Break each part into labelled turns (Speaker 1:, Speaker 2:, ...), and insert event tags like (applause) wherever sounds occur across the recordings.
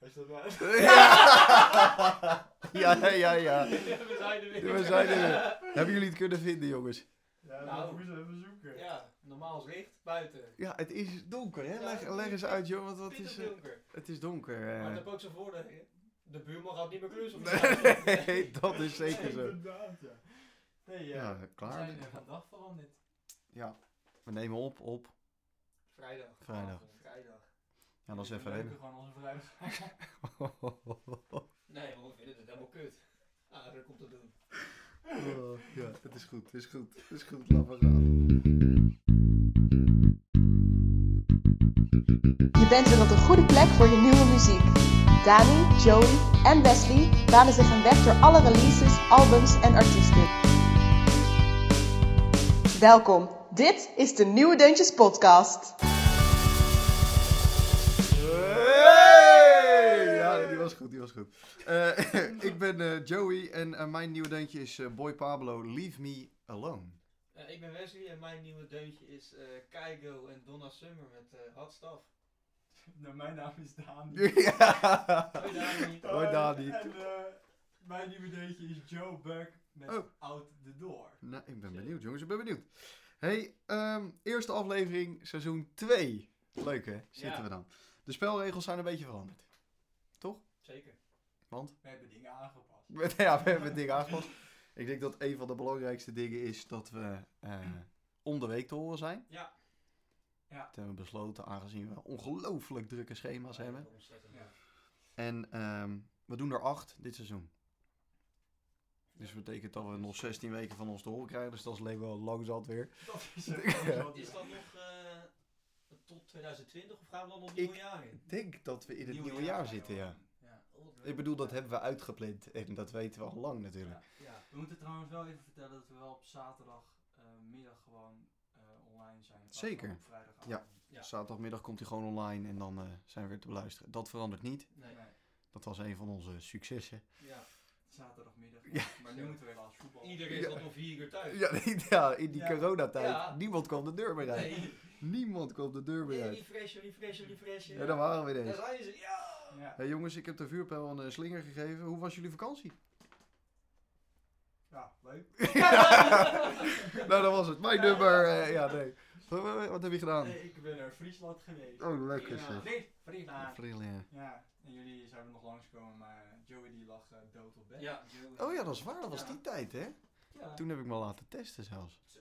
Speaker 1: Is dat waar?
Speaker 2: Ja, (laughs) ja, ja. ja.
Speaker 3: We zijn er weer.
Speaker 2: We zijn er weer. Hebben jullie het kunnen vinden, jongens?
Speaker 1: Ja,
Speaker 3: Nou.
Speaker 1: dat moeten we even zoeken.
Speaker 3: Ja, normaal is licht buiten.
Speaker 2: Ja, het is donker, hè?
Speaker 3: Ja,
Speaker 2: Leg,
Speaker 3: het is
Speaker 2: leg eens uit, joh, want wat
Speaker 3: Piet
Speaker 2: is...
Speaker 3: op
Speaker 2: eh,
Speaker 3: donker.
Speaker 2: het is donker.
Speaker 3: Maar het
Speaker 2: eh.
Speaker 3: heeft ook zijn voordeel. De buurman gaat niet meer
Speaker 2: (laughs)
Speaker 3: klussen.
Speaker 2: Nee, dat is zeker zo.
Speaker 1: Inderdaad, ja. Nee, ja.
Speaker 2: Ja,
Speaker 4: eh, We
Speaker 2: klaar.
Speaker 4: zijn er vandaag veranderd.
Speaker 2: Ja, we nemen op, op.
Speaker 3: Vrijdag.
Speaker 2: Vrijdag.
Speaker 3: Vrijdag.
Speaker 2: Ja, dat is
Speaker 4: We
Speaker 2: even
Speaker 4: leuken
Speaker 2: rennen.
Speaker 4: gewoon onze vrouw.
Speaker 3: Nee, want we vinden het helemaal kut. Ah, dat komt te doen.
Speaker 2: Oh, ja, het is goed, het is goed, het is goed. Laten we gaan.
Speaker 5: Je bent weer op de goede plek voor je nieuwe muziek. Dani, Joey en Wesley banen zich een weg door alle releases, albums en artiesten. Welkom, dit is de Nieuwe Deuntjes Podcast.
Speaker 2: Hey! Ja, die was goed, die was goed. Eh, (laughs) ik ben eh, Joey en eh, mijn nieuwe deuntje is eh, Boy Pablo, Leave Me Alone. (laughs)
Speaker 3: Eh, ik ben Wesley en mijn nieuwe deuntje is eh Keigo en Donna Summer met eh Hot Stuff.
Speaker 4: Nou, mijn naam is Daan.
Speaker 2: (laughs) Ja.
Speaker 3: Hoi Dani.
Speaker 2: Hoi,
Speaker 4: Eh,
Speaker 2: Dani.
Speaker 4: En eh, mijn nieuwe deuntje is Joe Buck met
Speaker 2: Oh.
Speaker 4: Out the Door.
Speaker 2: Nou, ik ben benieuwd, jongens, ik ben benieuwd. hey, ehm, eerste aflevering, seizoen 2. Leuk hè, zitten
Speaker 3: Ja.
Speaker 2: we dan. De spelregels zijn een beetje veranderd. (laughs)
Speaker 3: Zeker.
Speaker 2: Want
Speaker 4: We hebben dingen aangepast.
Speaker 2: ja, we hebben het ding aangepast. Ik denk dat een van de belangrijkste dingen is dat we eh, om de week te horen zijn.
Speaker 3: Ja.
Speaker 4: Ja.
Speaker 2: Dat hebben we besloten, aangezien we ongelooflijk drukke schema's hebben.
Speaker 3: Ontzettend.
Speaker 4: Ja.
Speaker 2: En ehm, we doen er acht dit seizoen. Dus dat betekent dat we nog 16 weken van ons te horen krijgen. Dus dat is alleen wel lang zat weer.
Speaker 4: (laughs) Dat is het.
Speaker 3: Is dat nog eh, tot 2020 of gaan we dan nog
Speaker 2: Ik-
Speaker 3: nieuwe jaar in?
Speaker 2: Ik denk dat we in het nieuwe, jaar, zitten, ja.
Speaker 4: Ja.
Speaker 2: Ik bedoel, dat hebben we uitgepland en dat weten we al lang natuurlijk.
Speaker 3: Ja.
Speaker 4: We moeten trouwens wel even vertellen dat we wel op zaterdagmiddag gewoon eh, online zijn. in plaats van
Speaker 2: Zeker.
Speaker 4: Op vrijdagavond.
Speaker 2: Ja.
Speaker 3: Ja.
Speaker 2: Zaterdagmiddag komt hij gewoon online en dan eh, zijn we weer te beluisteren. Dat verandert niet.
Speaker 3: Nee.
Speaker 4: Nee,
Speaker 2: Dat was een van onze successen.
Speaker 3: Ja.
Speaker 4: zaterdagmiddag.
Speaker 2: Ja.
Speaker 4: Maar nu moeten we helaas voetballen.
Speaker 3: Iedereen
Speaker 2: Ja.
Speaker 3: zat om vier uur thuis.
Speaker 2: (laughs) Ja, nee, ja in die
Speaker 4: Ja.
Speaker 2: coronatijd.
Speaker 3: Ja.
Speaker 2: Niemand kwam de deur meer uit.
Speaker 3: Nee.
Speaker 2: Niemand kwam de deur meer
Speaker 3: nee,
Speaker 2: uit.
Speaker 3: refreshen, refreshen, refreshen.
Speaker 2: Ja, daar waren we
Speaker 3: Daar
Speaker 2: ineens.
Speaker 3: zijn ze. Ja.
Speaker 4: Ja.
Speaker 2: Hey, jongens, ik heb de vuurpijl een eh, slinger gegeven. Hoe was jullie vakantie? (laughs)
Speaker 4: ja, leuk.
Speaker 2: nou, dat was het. Mijn nummer. eh, ja, nee. Wat, wat- wat heb je gedaan?
Speaker 4: Nee, Eh, ik ben naar Friesland geweest.
Speaker 2: Oh, lekker
Speaker 3: Ja.
Speaker 2: zeg.
Speaker 4: Vries- Friesland. Ah.
Speaker 2: April, ja.
Speaker 4: Ja, en jullie zouden nog langskomen, maar Joey die lag eh, dood op bed.
Speaker 3: Ja.
Speaker 2: Oh ja, dat is waar. Dat was
Speaker 4: Ja.
Speaker 2: die tijd, hè?
Speaker 4: Ja,
Speaker 2: Toen heb ik me laten testen zelfs.
Speaker 3: Zo.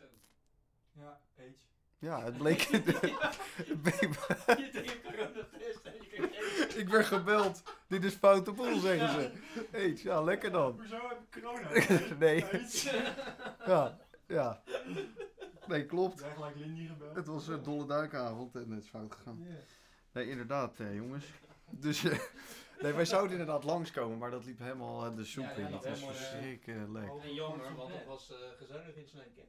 Speaker 3: (laughs)
Speaker 4: ja AIDS.
Speaker 2: Ja, het bleek... (laughs)
Speaker 3: Je deed een coronatest en je kreeg eten.
Speaker 2: ik werd gebeld. Dit is foute boel, zeggen ze. Hey, ja, lekker dan. (laughs)
Speaker 4: Hoezo heb ik corona?
Speaker 2: nee,
Speaker 4: AIDS.
Speaker 2: ja, ja. Nee, klopt.
Speaker 4: Jij gelijk Lindy gebeld.
Speaker 2: Het was eh, een dolle duikavond en het is fout gegaan. Nee, inderdaad, eh, jongens. Dus, eh, nee, wij zouden inderdaad langskomen, maar dat liep helemaal eh, de soep
Speaker 4: Ja, ja, dat
Speaker 2: in. Dat was
Speaker 3: helemaal, eh,
Speaker 2: verschrikkelijk.
Speaker 4: Oh,
Speaker 3: En
Speaker 4: goed,
Speaker 3: jammer,
Speaker 4: goed,
Speaker 3: want
Speaker 4: hè.
Speaker 3: dat was eh, gezellig in Sneek.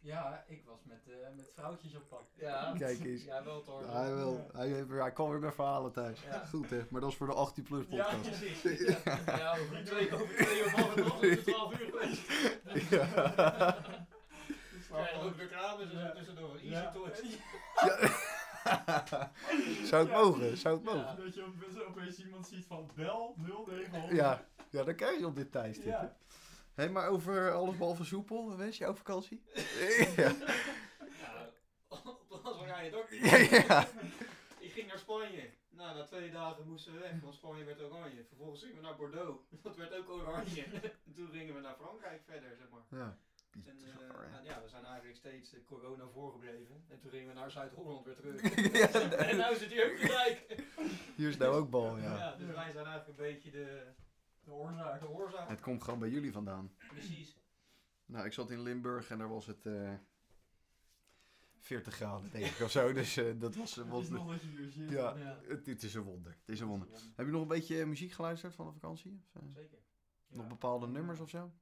Speaker 4: Ja, ik was met, eh, met vrouwtjes op pad.
Speaker 3: Ja.
Speaker 2: Kijk eens.
Speaker 3: Ja, wel toch.
Speaker 2: Hij, wil, hij, heeft, weer- hij kwam weer met verhalen thuis.
Speaker 3: Ja.
Speaker 2: Goed hè, maar dat is voor de 18 plus
Speaker 3: Ja,
Speaker 2: podcast.
Speaker 3: (laughs)
Speaker 2: (laughs)
Speaker 3: precies. (laughs) Ja, over twee, over twee uur van het was (laughs) het 12 uur geweest.
Speaker 2: Ja.
Speaker 3: We krijgen ook reclames en zo tussendoor. Easy
Speaker 4: Ja.
Speaker 3: toys.
Speaker 2: Zou het
Speaker 4: Ja.
Speaker 2: mogen, zou het
Speaker 3: Ja.
Speaker 2: mogen.
Speaker 4: Dat je op- zo opeens iemand ziet van bel 0900.
Speaker 2: Ja, ja dan krijg je op dit tijdstip. hè.
Speaker 4: Ja.
Speaker 2: Hé, maar over alles behalve soepel, wens je jouw vakantie? ja.
Speaker 3: (laughs) Ja, op de was rij het ook niet.
Speaker 2: Ja, ja.
Speaker 3: Ik ging naar Spanje. Nou, na twee dagen moesten we weg, want Spanje werd oranje. Vervolgens gingen we naar Bordeaux. (laughs) Dat werd ook oranje. (laughs) En toen gingen we naar Frankrijk verder, zeg maar.
Speaker 2: Ja,
Speaker 3: En
Speaker 2: bizar,
Speaker 3: eh,
Speaker 2: hè.
Speaker 3: nou ja, we zijn eigenlijk steeds eh, corona voorgebleven. En toen gingen we naar Zuid-Holland weer terug.
Speaker 2: Ja, nee.
Speaker 3: en nu zit hier ook gelijk.
Speaker 2: Hier is nou ook bal,
Speaker 3: Ja.
Speaker 2: ja.
Speaker 3: dus wij zijn eigenlijk een beetje de,
Speaker 4: De oorzaak.
Speaker 3: de oorzaak.
Speaker 2: Het komt gewoon bij jullie vandaan.
Speaker 3: Precies.
Speaker 2: Nou, ik zat in Limburg en daar was het eh 40 graden, denk ik, of zo. Dus eh, dat was... eh,
Speaker 4: Het
Speaker 2: was
Speaker 4: is nog dat je hier zit.
Speaker 2: Ja,
Speaker 3: Ja.
Speaker 2: het, het is een wonder. Het is een wonder.
Speaker 4: Ja.
Speaker 2: Heb je nog een beetje eh, muziek geluisterd van de vakantie? Of, eh,
Speaker 3: Zeker.
Speaker 2: Nog bepaalde nummers of zo?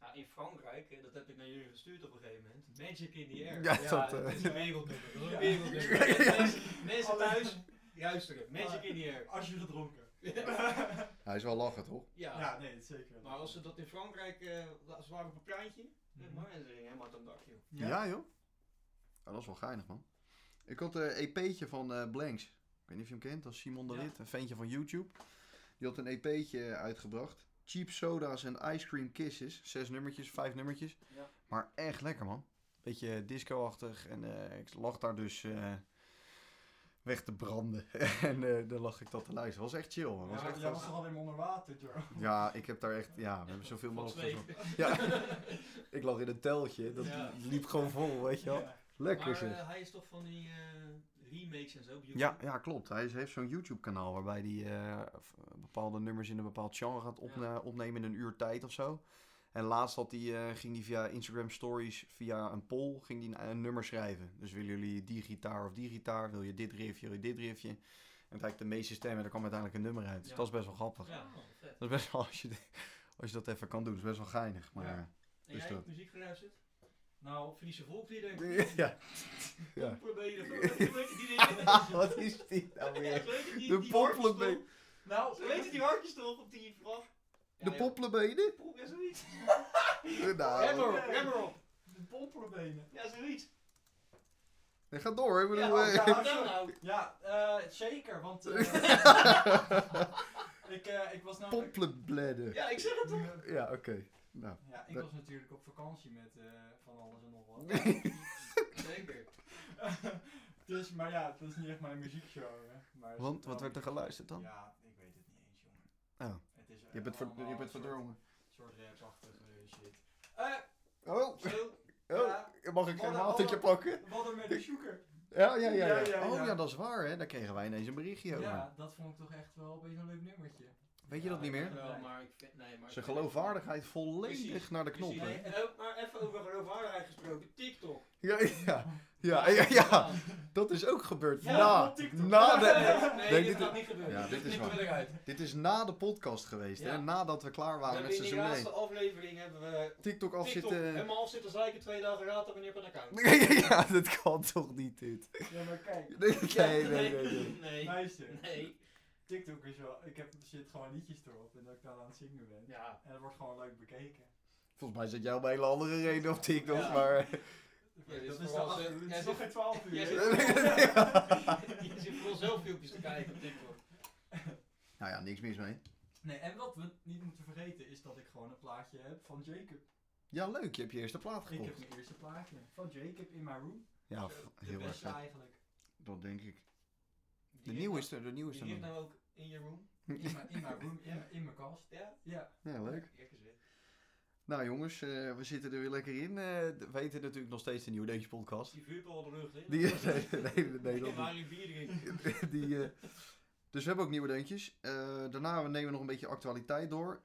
Speaker 3: Ja, in Frankrijk, eh, dat heb ik naar jullie gestuurd op een gegeven moment. Magic in the Air.
Speaker 2: Ja,
Speaker 3: Ja,
Speaker 2: dat,
Speaker 3: dat
Speaker 2: eh.
Speaker 3: is een wereldnummer. Dat is
Speaker 4: Ja.
Speaker 3: een wereldnummer. Mensen- Mensen
Speaker 4: Alleen-
Speaker 3: thuis, luisteren. Magic in the Air.
Speaker 4: Als je gedronken.
Speaker 2: Hij is wel lachen, toch?
Speaker 3: Ja.
Speaker 4: Ja, nee, zeker.
Speaker 3: Maar als ze dat in Frankrijk, eh, als ze waren op een pleintje,
Speaker 4: Mhm.
Speaker 3: zeg maar, en ze gingen helemaal uit een dak, joh.
Speaker 2: Ja, joh. Oh, dat is wel geinig, man. E Ik had een EP'tje van eh, Blanks. Ik eh, weet niet of je hem kent, dat is Simon de
Speaker 3: Ja.
Speaker 2: Wit, een ventje van YouTube. Die had een EP'tje uitgebracht. Cheap Sodas en Ice Cream Kisses. Zes nummertjes, vijf nummertjes.
Speaker 3: Ja.
Speaker 2: Maar echt lekker, man. Beetje disco-achtig. En eh, ik lag daar dus eh, weg te branden. (laughs) en eh daar lag ik dat te luisteren. was echt chill, man. Was
Speaker 1: Ja,
Speaker 2: echt
Speaker 1: jij
Speaker 2: vast-
Speaker 1: was toch alweer onder water,
Speaker 2: (laughs)
Speaker 1: Joe?
Speaker 2: ja, ik heb daar echt... Ja, we hebben zoveel
Speaker 3: Van
Speaker 2: mogelijk
Speaker 3: twee.
Speaker 2: gezongen. Ja,
Speaker 3: (laughs)
Speaker 2: ik lag in een teltje. Dat
Speaker 3: Ja.
Speaker 2: liep gewoon vol, weet je wel.
Speaker 1: Ja.
Speaker 2: Lekker,
Speaker 3: Maar
Speaker 2: zeg.
Speaker 3: eh, hij is toch van die eh, remakes en zo op YouTube?
Speaker 2: Ja, ja, klopt. Hij is- heeft zo'n YouTube-kanaal waarbij hij eh, v- bepaalde nummers in een bepaald genre gaat opne- opnemen in een uur tijd of zo. En laatst had hij, eh, ging hij via Instagram Stories, via een poll, ging hij een, een nummer schrijven. Dus willen jullie die gitaar of die gitaar? Wil je dit riffje, wil je dit riffje? En kijk, de meeste stemmen, er kwam uiteindelijk een nummer uit. Dus
Speaker 3: Ja.
Speaker 2: dat is best wel grappig.
Speaker 3: Ja, oh, vet.
Speaker 2: Dat is best wel, als je, als je dat even kan doen, is best wel geinig. Maar,
Speaker 4: Ja.
Speaker 3: En
Speaker 2: Dus
Speaker 3: jij
Speaker 2: dat.
Speaker 3: hebt muziek geluisterd?
Speaker 4: Nou,
Speaker 3: Friese volkliederen?
Speaker 2: (laughs) ja. Ja.
Speaker 3: Probeer Ze weten die
Speaker 2: Wat is dit nou weer?
Speaker 3: dingen.
Speaker 2: De poppelenbenen.
Speaker 3: Nou, ze weten die hartjes toch op die vraag. Ja,
Speaker 2: De
Speaker 3: ja,
Speaker 2: poppelenbenen?
Speaker 3: pop, Ja, zoiets. Rem
Speaker 2: Nou,
Speaker 3: erop, rem erop.
Speaker 1: De pompelenbenen.
Speaker 3: Ja, zoiets.
Speaker 2: ga door. Ik bedoel,
Speaker 1: Ja,
Speaker 2: eh,
Speaker 1: ja.
Speaker 3: Nou, nou.
Speaker 4: ja, eh, zeker, want
Speaker 2: (laughs)
Speaker 4: eh, ik, eh, ik was namelijk...
Speaker 2: Poppelenbladden.
Speaker 3: Ja, ik zeg het toch.
Speaker 2: Ja, oké. Nou.
Speaker 4: Ja, ik
Speaker 2: Dat-
Speaker 4: was natuurlijk op vakantie met eh, van alles en nog wat. (laughs)
Speaker 3: Zeker.
Speaker 4: dus, maar ja, dat is niet echt mijn muziekshow. Hè. Maar is
Speaker 2: Want
Speaker 4: wel
Speaker 2: wat werd er
Speaker 4: muziek.
Speaker 2: geluisterd dan?
Speaker 4: Ja, ik weet het niet eens, jongen.
Speaker 2: Oh.
Speaker 4: Het is
Speaker 2: Je bent, ver, je bent verdrongen.
Speaker 4: soort rapachtige shit. Eh,
Speaker 2: Oh,
Speaker 4: zo,
Speaker 2: oh.
Speaker 4: ja,
Speaker 2: Mag ik een watertje pakken?
Speaker 4: wat er met de zoeker.
Speaker 2: Ja ja ja,
Speaker 1: Ja, ja,
Speaker 2: ja. Oh
Speaker 1: ja.
Speaker 2: ja, dat is waar hè. Daar kregen wij ineens een berichtje over.
Speaker 4: Ja, dat vond ik toch echt wel een beetje een leuk nummertje.
Speaker 2: Weet je dat niet meer?
Speaker 3: Wel, maar ik vind, nee, maar
Speaker 2: Zijn geloofwaardigheid volledig
Speaker 3: Precies.
Speaker 2: naar de
Speaker 3: Precies.
Speaker 2: knop hè.
Speaker 3: Nee, en ook maar even over geloofwaardigheid gesproken. TikTok.
Speaker 2: Ja, ja, ja, ja, ja. Dat is ook gebeurd. Na, na
Speaker 3: (laughs)
Speaker 2: de,
Speaker 3: Nee, nee,
Speaker 2: Nee,
Speaker 3: dit
Speaker 2: dit-
Speaker 3: gaat niet gebeuren.
Speaker 2: Ja, dit is
Speaker 3: Dit
Speaker 2: waar.
Speaker 3: wil ik uit.
Speaker 2: dit is na de podcast geweest hè.
Speaker 3: Ja.
Speaker 2: Nadat we klaar
Speaker 3: We
Speaker 2: waren met
Speaker 3: hebben in die
Speaker 2: seizoen
Speaker 3: laatste
Speaker 2: 1.
Speaker 3: aflevering hebben we
Speaker 2: TikTok
Speaker 3: TikTok
Speaker 2: afzitten.
Speaker 3: helemaal zitten zeiken twee dagen later wanneer
Speaker 2: (laughs)
Speaker 3: op een account.
Speaker 2: Ja, dat kan toch niet dit.
Speaker 1: Ja, maar kijk.
Speaker 2: Nee, nee, nee, nee. nee.
Speaker 3: nee.
Speaker 1: Luister,
Speaker 3: Nee.
Speaker 1: TikTok is wel... Ik heb, er zit gewoon liedjes erop en dat ik daar aan het zingen ben.
Speaker 3: Ja.
Speaker 1: En dat wordt gewoon leuk bekeken.
Speaker 2: Volgens mij zit jij om een hele andere reden op TikTok,
Speaker 1: Ja.
Speaker 2: maar...
Speaker 3: dit is
Speaker 1: dat is
Speaker 3: vooral
Speaker 1: dan acht
Speaker 3: zo-
Speaker 1: uur. Het
Speaker 3: jij
Speaker 1: is nog
Speaker 3: zit-
Speaker 1: geen twaalf uur.
Speaker 3: jij
Speaker 1: hè?
Speaker 3: zit-
Speaker 2: (laughs)
Speaker 3: Je zit vooral zelf filmpjes te kijken op TikTok.
Speaker 2: Nou ja, niks mis mee.
Speaker 4: Nee, en wat we niet moeten vergeten is dat ik gewoon een plaatje heb van Jacob.
Speaker 2: Ja, leuk. Je hebt je eerste plaat
Speaker 4: Ik heb
Speaker 2: gekocht.
Speaker 4: mijn eerste plaatje van Jacob in mijn room.
Speaker 2: Ja,
Speaker 4: Zo,
Speaker 2: f-
Speaker 4: de
Speaker 2: heel erg.
Speaker 4: beste
Speaker 2: leuk.
Speaker 4: eigenlijk.
Speaker 2: Dat denk ik. De
Speaker 3: Die
Speaker 2: nieuwe
Speaker 3: heeft
Speaker 2: is er, de nieuwe
Speaker 3: nou-
Speaker 2: is
Speaker 3: Die
Speaker 2: er
Speaker 3: ligt
Speaker 2: nog.
Speaker 3: nou ook in je room.
Speaker 4: In mijn, in mijn room, in, mijn- in mijn kast.
Speaker 3: Ja?
Speaker 4: Ja,
Speaker 2: Ja, leuk.
Speaker 3: Kijk eens weer.
Speaker 2: Nou jongens, eh, we zitten er weer lekker in. Eh, d- we heten natuurlijk nog steeds de Nieuwe Deuntje podcast. (laughs)
Speaker 3: Die vuurpijl al de lucht in.
Speaker 2: Die, (laughs) nee, nee, nee,
Speaker 3: Ik
Speaker 2: dat
Speaker 3: heb maar
Speaker 2: niet.
Speaker 3: een bier drinken.
Speaker 2: Die, eh, dus we hebben ook Nieuwe Deuntjes. Eh, daarna nemen we nog een beetje actualiteit door.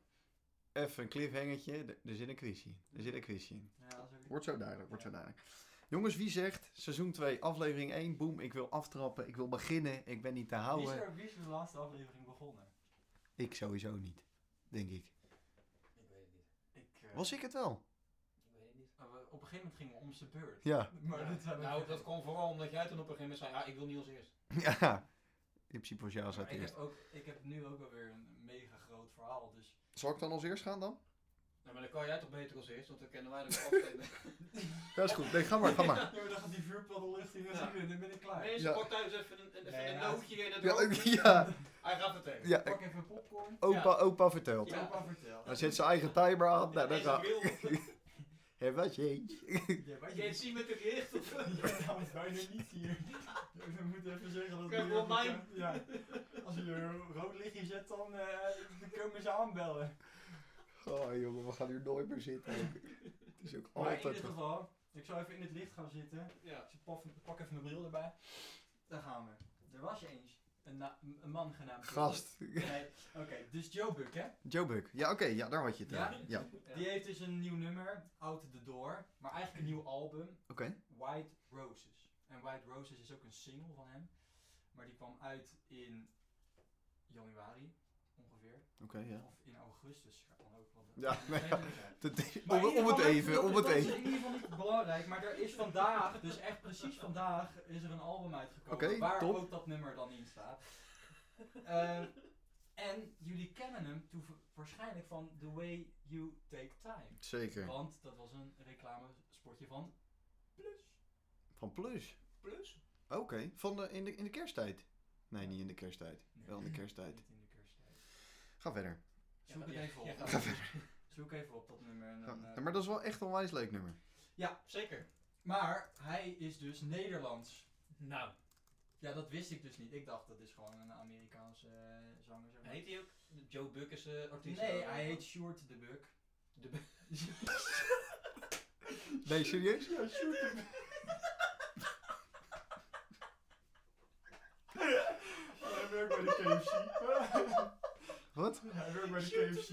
Speaker 2: Even een cliffhangertje. Er- Er zit een quizje. in. Er zit een quizje. in.
Speaker 4: ja sorry.
Speaker 2: Wordt zo duidelijk, wordt zo duidelijk. Jongens, wie zegt seizoen 2, aflevering 1, boem, ik wil aftrappen, ik wil beginnen, ik ben niet te
Speaker 4: Wie is,
Speaker 2: houden.
Speaker 4: er, wie is er de laatste aflevering begonnen?
Speaker 2: Ik sowieso niet, denk ik.
Speaker 3: Ik weet het niet.
Speaker 4: Ik, eh,
Speaker 2: Was ik het wel?
Speaker 3: Ik weet het niet.
Speaker 4: eh, we- op een gegeven moment gingen we om zijn beurt.
Speaker 2: Ja.
Speaker 4: (laughs) Maar
Speaker 3: Ja.
Speaker 4: dat zijn we
Speaker 3: nou,
Speaker 4: vergeten.
Speaker 3: dat kwam vooral omdat jij toen op een gegeven moment zei, ja, ik wil niet als eerst.
Speaker 2: (laughs) Ja. In principe was jij als
Speaker 4: Maar ik,
Speaker 2: eerst.
Speaker 4: heb ook, ik heb nu ook alweer een mega groot verhaal, dus...
Speaker 2: Zal ik dan als eerst gaan dan?
Speaker 3: Nou, maar dan kan jij toch beter als eerst, want dan kennen wij
Speaker 2: (laughs)
Speaker 3: dat wel afgeven.
Speaker 2: Ja, is goed. Nee, ga maar, ga maar.
Speaker 4: Ja, maar dan gaat die vuurpijl de lucht in en
Speaker 3: Ja.
Speaker 4: dan ben ik klaar.
Speaker 3: Mensen,
Speaker 2: Ja.
Speaker 3: pak thuis even een, een, even
Speaker 4: Nee,
Speaker 3: een
Speaker 4: ja.
Speaker 3: nootje en een
Speaker 2: (laughs) (laughs) Ja,
Speaker 3: drankje.
Speaker 2: ja,
Speaker 3: Hij gaat het tegen.
Speaker 2: ja,
Speaker 4: Pak even popcorn.
Speaker 2: opa, opa vertelt.
Speaker 3: Ja.
Speaker 4: Opa, vertel.
Speaker 2: Hij zet zijn eigen timer aan. Nou, dan
Speaker 3: Deze
Speaker 4: (laughs)
Speaker 2: gaat.
Speaker 3: bril.
Speaker 2: (laughs) En wat je eentje.
Speaker 4: Ja, wat
Speaker 3: Jij ziet met de gericht of...
Speaker 1: Ja, nou, wij nu niet hier. We moeten even zeggen dat
Speaker 3: Kijk,
Speaker 1: we hier
Speaker 3: op mij.
Speaker 1: even- Ja. Als je een rood lichtje zet, dan eh, dan komen ze aanbellen.
Speaker 2: Oh jongen, we gaan hier nooit meer zitten. ook. Het is ook
Speaker 4: Maar in
Speaker 2: altijd...
Speaker 4: ieder geval, ik zou even in het licht gaan zitten.
Speaker 3: Ja.
Speaker 4: Dus ik pak, pak even mijn bril erbij. Daar gaan we. Er was eens een, na- een man genaamd... Joe
Speaker 2: Gast. (laughs)
Speaker 4: Buck. Nee, oké. dus Joe Buck, hè?
Speaker 2: Joe Buck. Ja, oké, ja, daar had je het.
Speaker 4: Ja?
Speaker 2: over. Ja, oké.
Speaker 4: Die heeft dus een nieuw nummer, Out the Door. Maar eigenlijk een nieuw album, White Roses. En White Roses is ook een single van hem. Maar die kwam uit in januari, ongeveer.
Speaker 2: Oké, ja.
Speaker 4: Of in augustus kan ook wel.
Speaker 2: Ja,
Speaker 4: nee,
Speaker 2: nee,
Speaker 4: ja.
Speaker 2: Dat is-
Speaker 4: Maar
Speaker 2: Om,
Speaker 4: in ieder
Speaker 2: om het
Speaker 4: geval,
Speaker 2: even,
Speaker 4: dat-
Speaker 2: om het
Speaker 4: dat is
Speaker 2: even.
Speaker 4: in ieder geval niet belangrijk, maar er is vandaag, dus echt precies vandaag, is er een album uitgekomen.
Speaker 2: Oké,
Speaker 4: waar
Speaker 2: top.
Speaker 4: ook dat nummer dan in staat.
Speaker 2: (laughs)
Speaker 4: Ehm, en jullie kennen hem toe- waarschijnlijk van The Way You Take Time.
Speaker 2: Zeker.
Speaker 4: Want dat was een reclamespotje van Plus.
Speaker 2: Van Plus.
Speaker 3: Plus?
Speaker 2: Oké, van de, in, de, in de kersttijd. Nee, niet in de kersttijd.
Speaker 4: Nee,
Speaker 2: Wel in de kersttijd.
Speaker 4: niet in de kersttijd.
Speaker 2: Ga verder.
Speaker 4: Zoek het even op.
Speaker 2: Ga verder. (laughs)
Speaker 4: Zoek even op dat nummer. En
Speaker 2: Ga-
Speaker 4: dan, eh,
Speaker 2: Ja, maar dat is wel echt een onwijs leuk nummer.
Speaker 4: Ja, zeker. Maar hij is dus Nederlands.
Speaker 1: Nou,
Speaker 4: Ja, dat wist ik dus niet. Ik dacht dat is gewoon een Amerikaanse eh, zanger. Zeg maar.
Speaker 3: Heet hij ook Joe Buck is eh, artiest?
Speaker 4: Nee, hij heet Sjoerd de Buk.
Speaker 3: De Buck.
Speaker 2: Nee, (laughs) serieus?
Speaker 1: ja, shoot hem. Hij werkt bij de KFC.
Speaker 2: Wat?
Speaker 1: Hij werkt bij de KFC.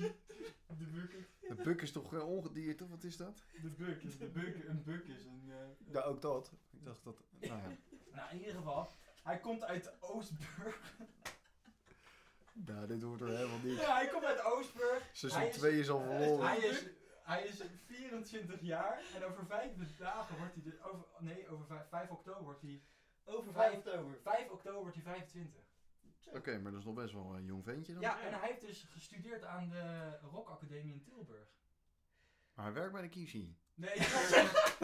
Speaker 1: De bukken.
Speaker 2: De buk is toch eh, ongedierte? Wat is dat?
Speaker 4: De Buk is de Buk. Een Buk is een... eh,
Speaker 2: Ja, ook dat. Ik dacht dat... Nou ja.
Speaker 4: Nou, in ieder geval. Hij komt uit Oostburg.
Speaker 2: Nou, dit wordt er helemaal niet.
Speaker 4: Ja, (laughs) hij komt uit Oostburg. Hij
Speaker 2: Seizoen
Speaker 4: is-
Speaker 2: 2 is al verloren.
Speaker 4: Hij is, hij is 24 jaar en over vijf dagen wordt hij... De, over, nee, over vijf, 5 oktober wordt hij...
Speaker 3: Over
Speaker 4: Vijf-
Speaker 3: 5 oktober.
Speaker 4: 5 oktober wordt hij 25.
Speaker 2: Oké, maar dat is nog best wel een jong ventje dan.
Speaker 4: Ja, en hij heeft dus gestudeerd aan de Rock Academie in Tilburg.
Speaker 2: Maar hij werkt bij de (laughs) Kishi.
Speaker 4: Nee,
Speaker 1: Dat
Speaker 4: (laughs)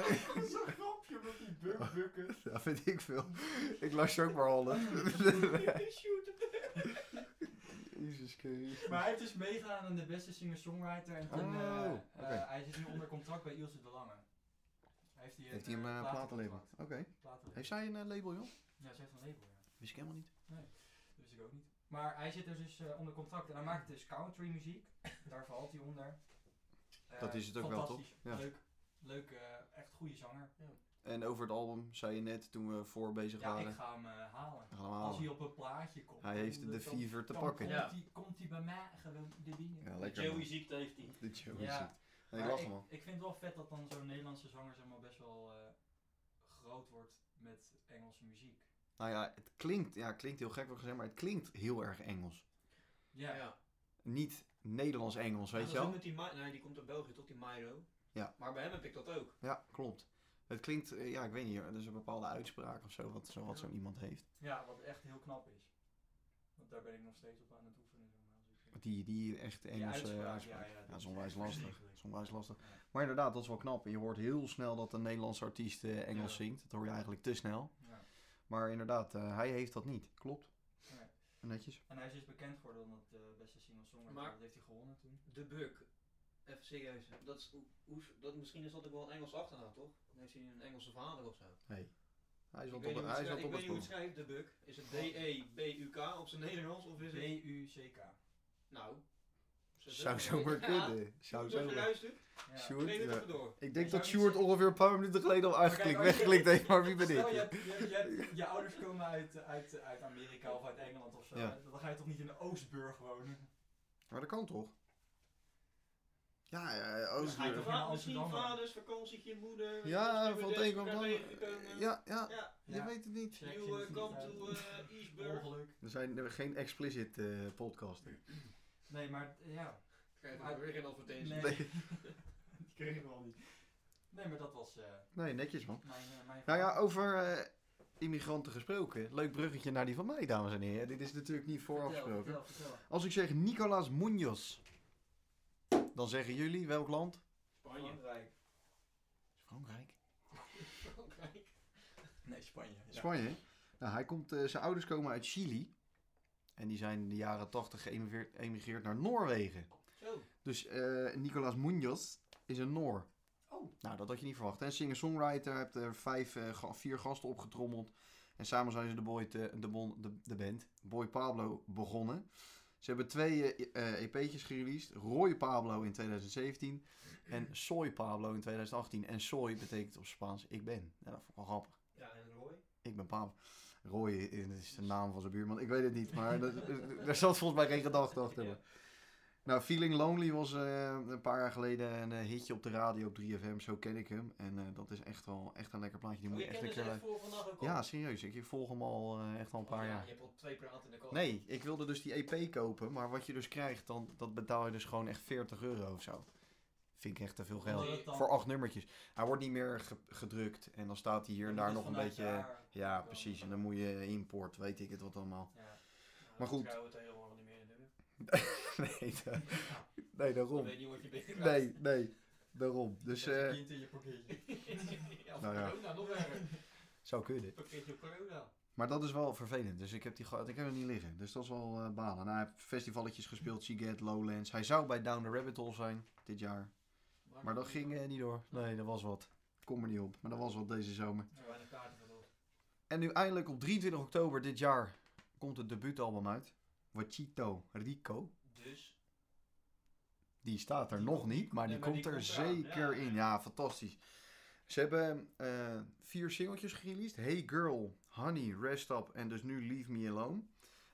Speaker 1: is een grapje met die buk bukken.
Speaker 2: (laughs) Dat vind ik veel. Ik las ook maar
Speaker 4: (laughs)
Speaker 2: alles. (laughs) Jezus Christus.
Speaker 4: maar hij heeft dus meegedaan aan de beste singer-songwriter. En toen, eh,
Speaker 2: Oh,
Speaker 4: eh,
Speaker 2: oké.
Speaker 4: hij zit nu onder contract bij Ilse de Lange. Heeft hij een,
Speaker 2: Heeft hij hem
Speaker 4: eh,
Speaker 2: uh, platenlabel?
Speaker 4: platencontract.
Speaker 2: Oké.
Speaker 4: Platenlabel.
Speaker 2: Heeft zij een eh, label, joh?
Speaker 4: Ja, ze heeft een label, ja.
Speaker 2: Wist ik helemaal niet.
Speaker 4: Dat wist ik ook niet. Maar hij zit er dus eh, onder contract en hij maakt dus country muziek. Daar valt hij onder. Eh,
Speaker 2: Dat is het ook wel,
Speaker 4: fantastisch.
Speaker 2: toch? Ja.
Speaker 4: Leuk, leuk eh, echt goede zanger.
Speaker 2: En over het album zei je net toen we voor bezig
Speaker 4: Ja,
Speaker 2: waren.
Speaker 4: ik ga hem eh, halen.
Speaker 2: We gaan hem
Speaker 4: Als hij
Speaker 2: halen.
Speaker 4: op een plaatje komt.
Speaker 2: Oh. Hij
Speaker 4: dan-
Speaker 2: heeft de
Speaker 4: dan-
Speaker 2: fever te
Speaker 4: dan
Speaker 2: pakken.
Speaker 4: Komt,
Speaker 2: Ja,
Speaker 1: Ja.
Speaker 4: hij, komt hij bij mij gewoon de binnen.
Speaker 2: lekker.
Speaker 3: Joey
Speaker 2: man.
Speaker 3: ziekte heeft hij.
Speaker 2: De Joey
Speaker 4: Ja.
Speaker 2: shit. Nee, ik
Speaker 4: Maar
Speaker 2: lach
Speaker 4: ik,
Speaker 2: hem al.
Speaker 4: ik vind het wel vet dat dan zo'n Nederlandse zanger zeg maar, best wel eh, groot wordt met Engelse muziek.
Speaker 2: Nou ja, het klinkt, ja, het klinkt heel gek wat gezegd, maar het klinkt heel erg Engels.
Speaker 4: Ja,
Speaker 2: Niet Nederlands-Engels, weet
Speaker 3: Ja,
Speaker 2: je
Speaker 3: dat is ook
Speaker 2: wel?
Speaker 3: Met die, Ma- nee, die komt uit België, toch? Die Mairo.
Speaker 2: Ja.
Speaker 3: Maar bij hem heb ik dat ook.
Speaker 2: Ja, klopt. Het klinkt, eh, ja, ik weet niet, er is een bepaalde uitspraak of zo, wat, zo, wat zo'n iemand heeft.
Speaker 4: ja, wat echt heel knap is. Want daar ben ik nog steeds op aan het oefenen. Zeg maar, als ik, eh,
Speaker 2: Die, die echt Engelse
Speaker 4: uitspraak,
Speaker 2: uitspraak.
Speaker 4: ja,
Speaker 2: uitspraak.
Speaker 4: ja,
Speaker 2: Ja,
Speaker 4: dat
Speaker 2: dat is
Speaker 4: is
Speaker 2: onwijs
Speaker 4: echt
Speaker 2: lastig.
Speaker 4: verschrikkelijk.
Speaker 2: Dat is onwijs lastig.
Speaker 4: Ja.
Speaker 2: Maar inderdaad, dat is wel knap. Je hoort heel snel dat een Nederlandse artiest eh, Engels
Speaker 4: Ja.
Speaker 2: zingt. Dat hoor je eigenlijk te snel.
Speaker 4: ja.
Speaker 2: Maar inderdaad, eh, hij heeft dat niet. Klopt.
Speaker 4: Nee.
Speaker 2: Netjes.
Speaker 4: En hij is dus bekend geworden omdat de beste single-songwriter.
Speaker 3: Maar-
Speaker 4: Dat heeft hij gewonnen toen.
Speaker 3: De Buk. Even serieus. Dat is, hoe- hoe, dat, misschien is dat ook wel een Engelse achternaam, toch? Dan heeft hij een Engelse vader of zo.
Speaker 2: Hij is
Speaker 3: Ik
Speaker 2: wat
Speaker 3: weet
Speaker 2: op
Speaker 3: niet
Speaker 2: het
Speaker 3: hoe het
Speaker 2: hij is
Speaker 3: schrijft-
Speaker 2: wat
Speaker 3: ik
Speaker 2: op het
Speaker 3: weet niet hoe het
Speaker 2: spoor.
Speaker 3: schrijft, de Buk. Is het E D-E-B-U-K op zijn Nederlands of is het...
Speaker 4: B-U-C-K.
Speaker 3: Nou. ze
Speaker 2: Zou
Speaker 3: zeggen-
Speaker 2: zomaar
Speaker 3: Ja,
Speaker 2: kunnen. Zou
Speaker 3: Als je
Speaker 2: zomaar.
Speaker 3: luistert,
Speaker 4: Ja.
Speaker 2: Sjoerd,
Speaker 3: neem het
Speaker 2: ja. Oh,
Speaker 3: even door.
Speaker 2: Ik denk
Speaker 4: Zou
Speaker 2: dat
Speaker 4: je
Speaker 2: Sjoerd
Speaker 4: zeggen-
Speaker 2: ongeveer een paar minuten geleden al uitgeklikt,
Speaker 4: als je-
Speaker 2: weggeklikt heeft, maar wie ben
Speaker 4: Stel, je,
Speaker 2: ik?
Speaker 4: hebt, je, hebt- je hebt- je ouders komen uit, uit, uit Amerika of uit Engeland of zo.
Speaker 2: Ja.
Speaker 4: Dan ga je toch niet in de Oostburg wonen?
Speaker 2: Maar dat kan toch? Ja, ja,
Speaker 4: ga je
Speaker 2: Oostburg.
Speaker 4: toch
Speaker 3: Va-
Speaker 4: in Amsterdam
Speaker 3: misschien
Speaker 4: wonen?
Speaker 3: vaders, vakantietje, moeder.
Speaker 2: Ja, van
Speaker 3: misschien met
Speaker 2: het een
Speaker 3: deze
Speaker 2: kwam het
Speaker 3: elkaar
Speaker 2: ander.
Speaker 3: tegengekomen.
Speaker 2: Ja, ja,
Speaker 3: eh, Ja.
Speaker 2: je weet het niet.
Speaker 4: Check je
Speaker 3: You uh,
Speaker 4: niet
Speaker 3: come
Speaker 4: uit.
Speaker 3: to
Speaker 4: (laughs)
Speaker 3: eh, Eastburg.
Speaker 4: Ongeluk.
Speaker 2: Er zijn er geen explicit eh podcasts.
Speaker 4: Nee, maar eh, ja.
Speaker 3: Krijg je weer geen advertentie.
Speaker 4: Nee.
Speaker 2: Nee.
Speaker 4: (laughs) Die kregen we al niet. Nee, maar dat was eh,
Speaker 2: Nee, netjes man.
Speaker 4: mijn, eh, mijn
Speaker 2: Nou ja,
Speaker 4: verhaal.
Speaker 2: over eh, immigranten gesproken. Leuk bruggetje naar die van mij, dames en heren. Dit is natuurlijk niet vooraf
Speaker 4: Vertel,
Speaker 2: gesproken.
Speaker 4: vertel, vertel.
Speaker 2: Als ik zeg Nicolas Munoz, dan zeggen jullie welk land?
Speaker 3: Spanje.
Speaker 1: Frankrijk.
Speaker 2: Frankrijk.
Speaker 3: Frankrijk.
Speaker 4: Nee, Spanje. ja.
Speaker 2: Spanje. hè? Nou, hij komt, eh, zijn ouders komen uit Chili. En die zijn in de jaren 80 geëmigreerd emigreerd naar Noorwegen.
Speaker 3: Zo.
Speaker 2: Dus eh, Nicolas Munoz is een Noor.
Speaker 4: Oh.
Speaker 2: Nou, dat had je niet verwacht. Hè? Singer-songwriter, hebt er vijf, eh, ga- vier gasten opgetrommeld. En samen zijn ze de, boy te- de, bon, de, de band Boy Pablo begonnen. Ze hebben twee eh eh, EP'tjes gereleased. Roy Pablo in 2017 en Soy Pablo in 2018. En Soy betekent op Spaans ik ben. Ja, dat vond ik wel grappig.
Speaker 3: Ja, en Roy.
Speaker 2: Ik ben Paap. Roy eh, dat is de naam van zijn buurman. Ik weet het niet, maar dat, (laughs) daar zat volgens mij geen gedachte achter.
Speaker 3: Ja.
Speaker 2: Nou, Feeling Lonely was eh, een paar jaar geleden een eh, hitje op de radio op 3FM. Zo ken ik hem. En eh, dat is echt wel echt een lekker plaatje. Die
Speaker 3: Oh,
Speaker 2: moet
Speaker 3: je
Speaker 2: je echt
Speaker 3: kent
Speaker 2: een
Speaker 3: dus
Speaker 2: keer
Speaker 3: echt
Speaker 2: luisteren.
Speaker 3: voor vandaag ook al.
Speaker 2: Ja, serieus. Ik, ik volg hem al eh, echt al een
Speaker 3: Oh,
Speaker 2: paar
Speaker 3: ja,
Speaker 2: jaar.
Speaker 3: Je hebt al twee praten in de kast.
Speaker 2: Nee, ik wilde dus die EP kopen. Maar wat je dus krijgt, dan, dat betaal je dus gewoon echt 40 euro of zo. Vind ik echt te veel geld.
Speaker 4: Omdat het dan-
Speaker 2: Voor acht nummertjes. Hij wordt niet meer ge- gedrukt. En dan staat hij hier en
Speaker 4: dat
Speaker 2: daar
Speaker 4: is
Speaker 2: nog een
Speaker 4: vanuit
Speaker 2: beetje...
Speaker 4: daar
Speaker 2: Ja,
Speaker 4: gekomen.
Speaker 2: precies. En dan moet je import, weet ik het wat allemaal. (laughs)
Speaker 4: Ja.
Speaker 3: Nou,
Speaker 2: maar goed.
Speaker 3: Ik het helemaal niet meer
Speaker 4: (laughs)
Speaker 3: in de
Speaker 2: Nee, da- nee
Speaker 3: Ik
Speaker 2: daarom.
Speaker 3: weet niet wat je binnen
Speaker 2: Nee, nee, daarom. Dus
Speaker 4: Zet je
Speaker 2: eh,
Speaker 4: kind in je pakketje.
Speaker 3: ja, of
Speaker 2: Nou ja.
Speaker 3: corona, nog erger.
Speaker 2: zou kunnen.
Speaker 3: Pakketje op corona.
Speaker 2: Maar dat is wel vervelend. Dus ik heb, die, ge- ik heb hem niet liggen. Dus dat is wel eh balen. Nou, hij heeft festivalletjes gespeeld. Seagate, Lowlands. Hij zou bij Down the Rabbit Hole zijn dit jaar. Maar dat ging eh, niet door. Nee, dat was wat. Kom er niet op. Maar dat was wat deze zomer.
Speaker 4: Er waren kaarten verkocht.
Speaker 2: En nu eindelijk op 23 oktober dit jaar komt het debuutalbum uit. Wachito Rico.
Speaker 4: Dus,
Speaker 2: Die staat er
Speaker 4: Die
Speaker 2: nog
Speaker 4: komt-
Speaker 2: niet, maar
Speaker 4: nee,
Speaker 2: die
Speaker 4: maar
Speaker 2: komt
Speaker 4: die
Speaker 2: er
Speaker 4: komt eraan,
Speaker 2: zeker
Speaker 4: ja.
Speaker 2: in. Ja, fantastisch. Ze hebben eh, vier singeltjes gereleased. Hey Girl, Honey, Rest Up en dus nu Leave Me Alone.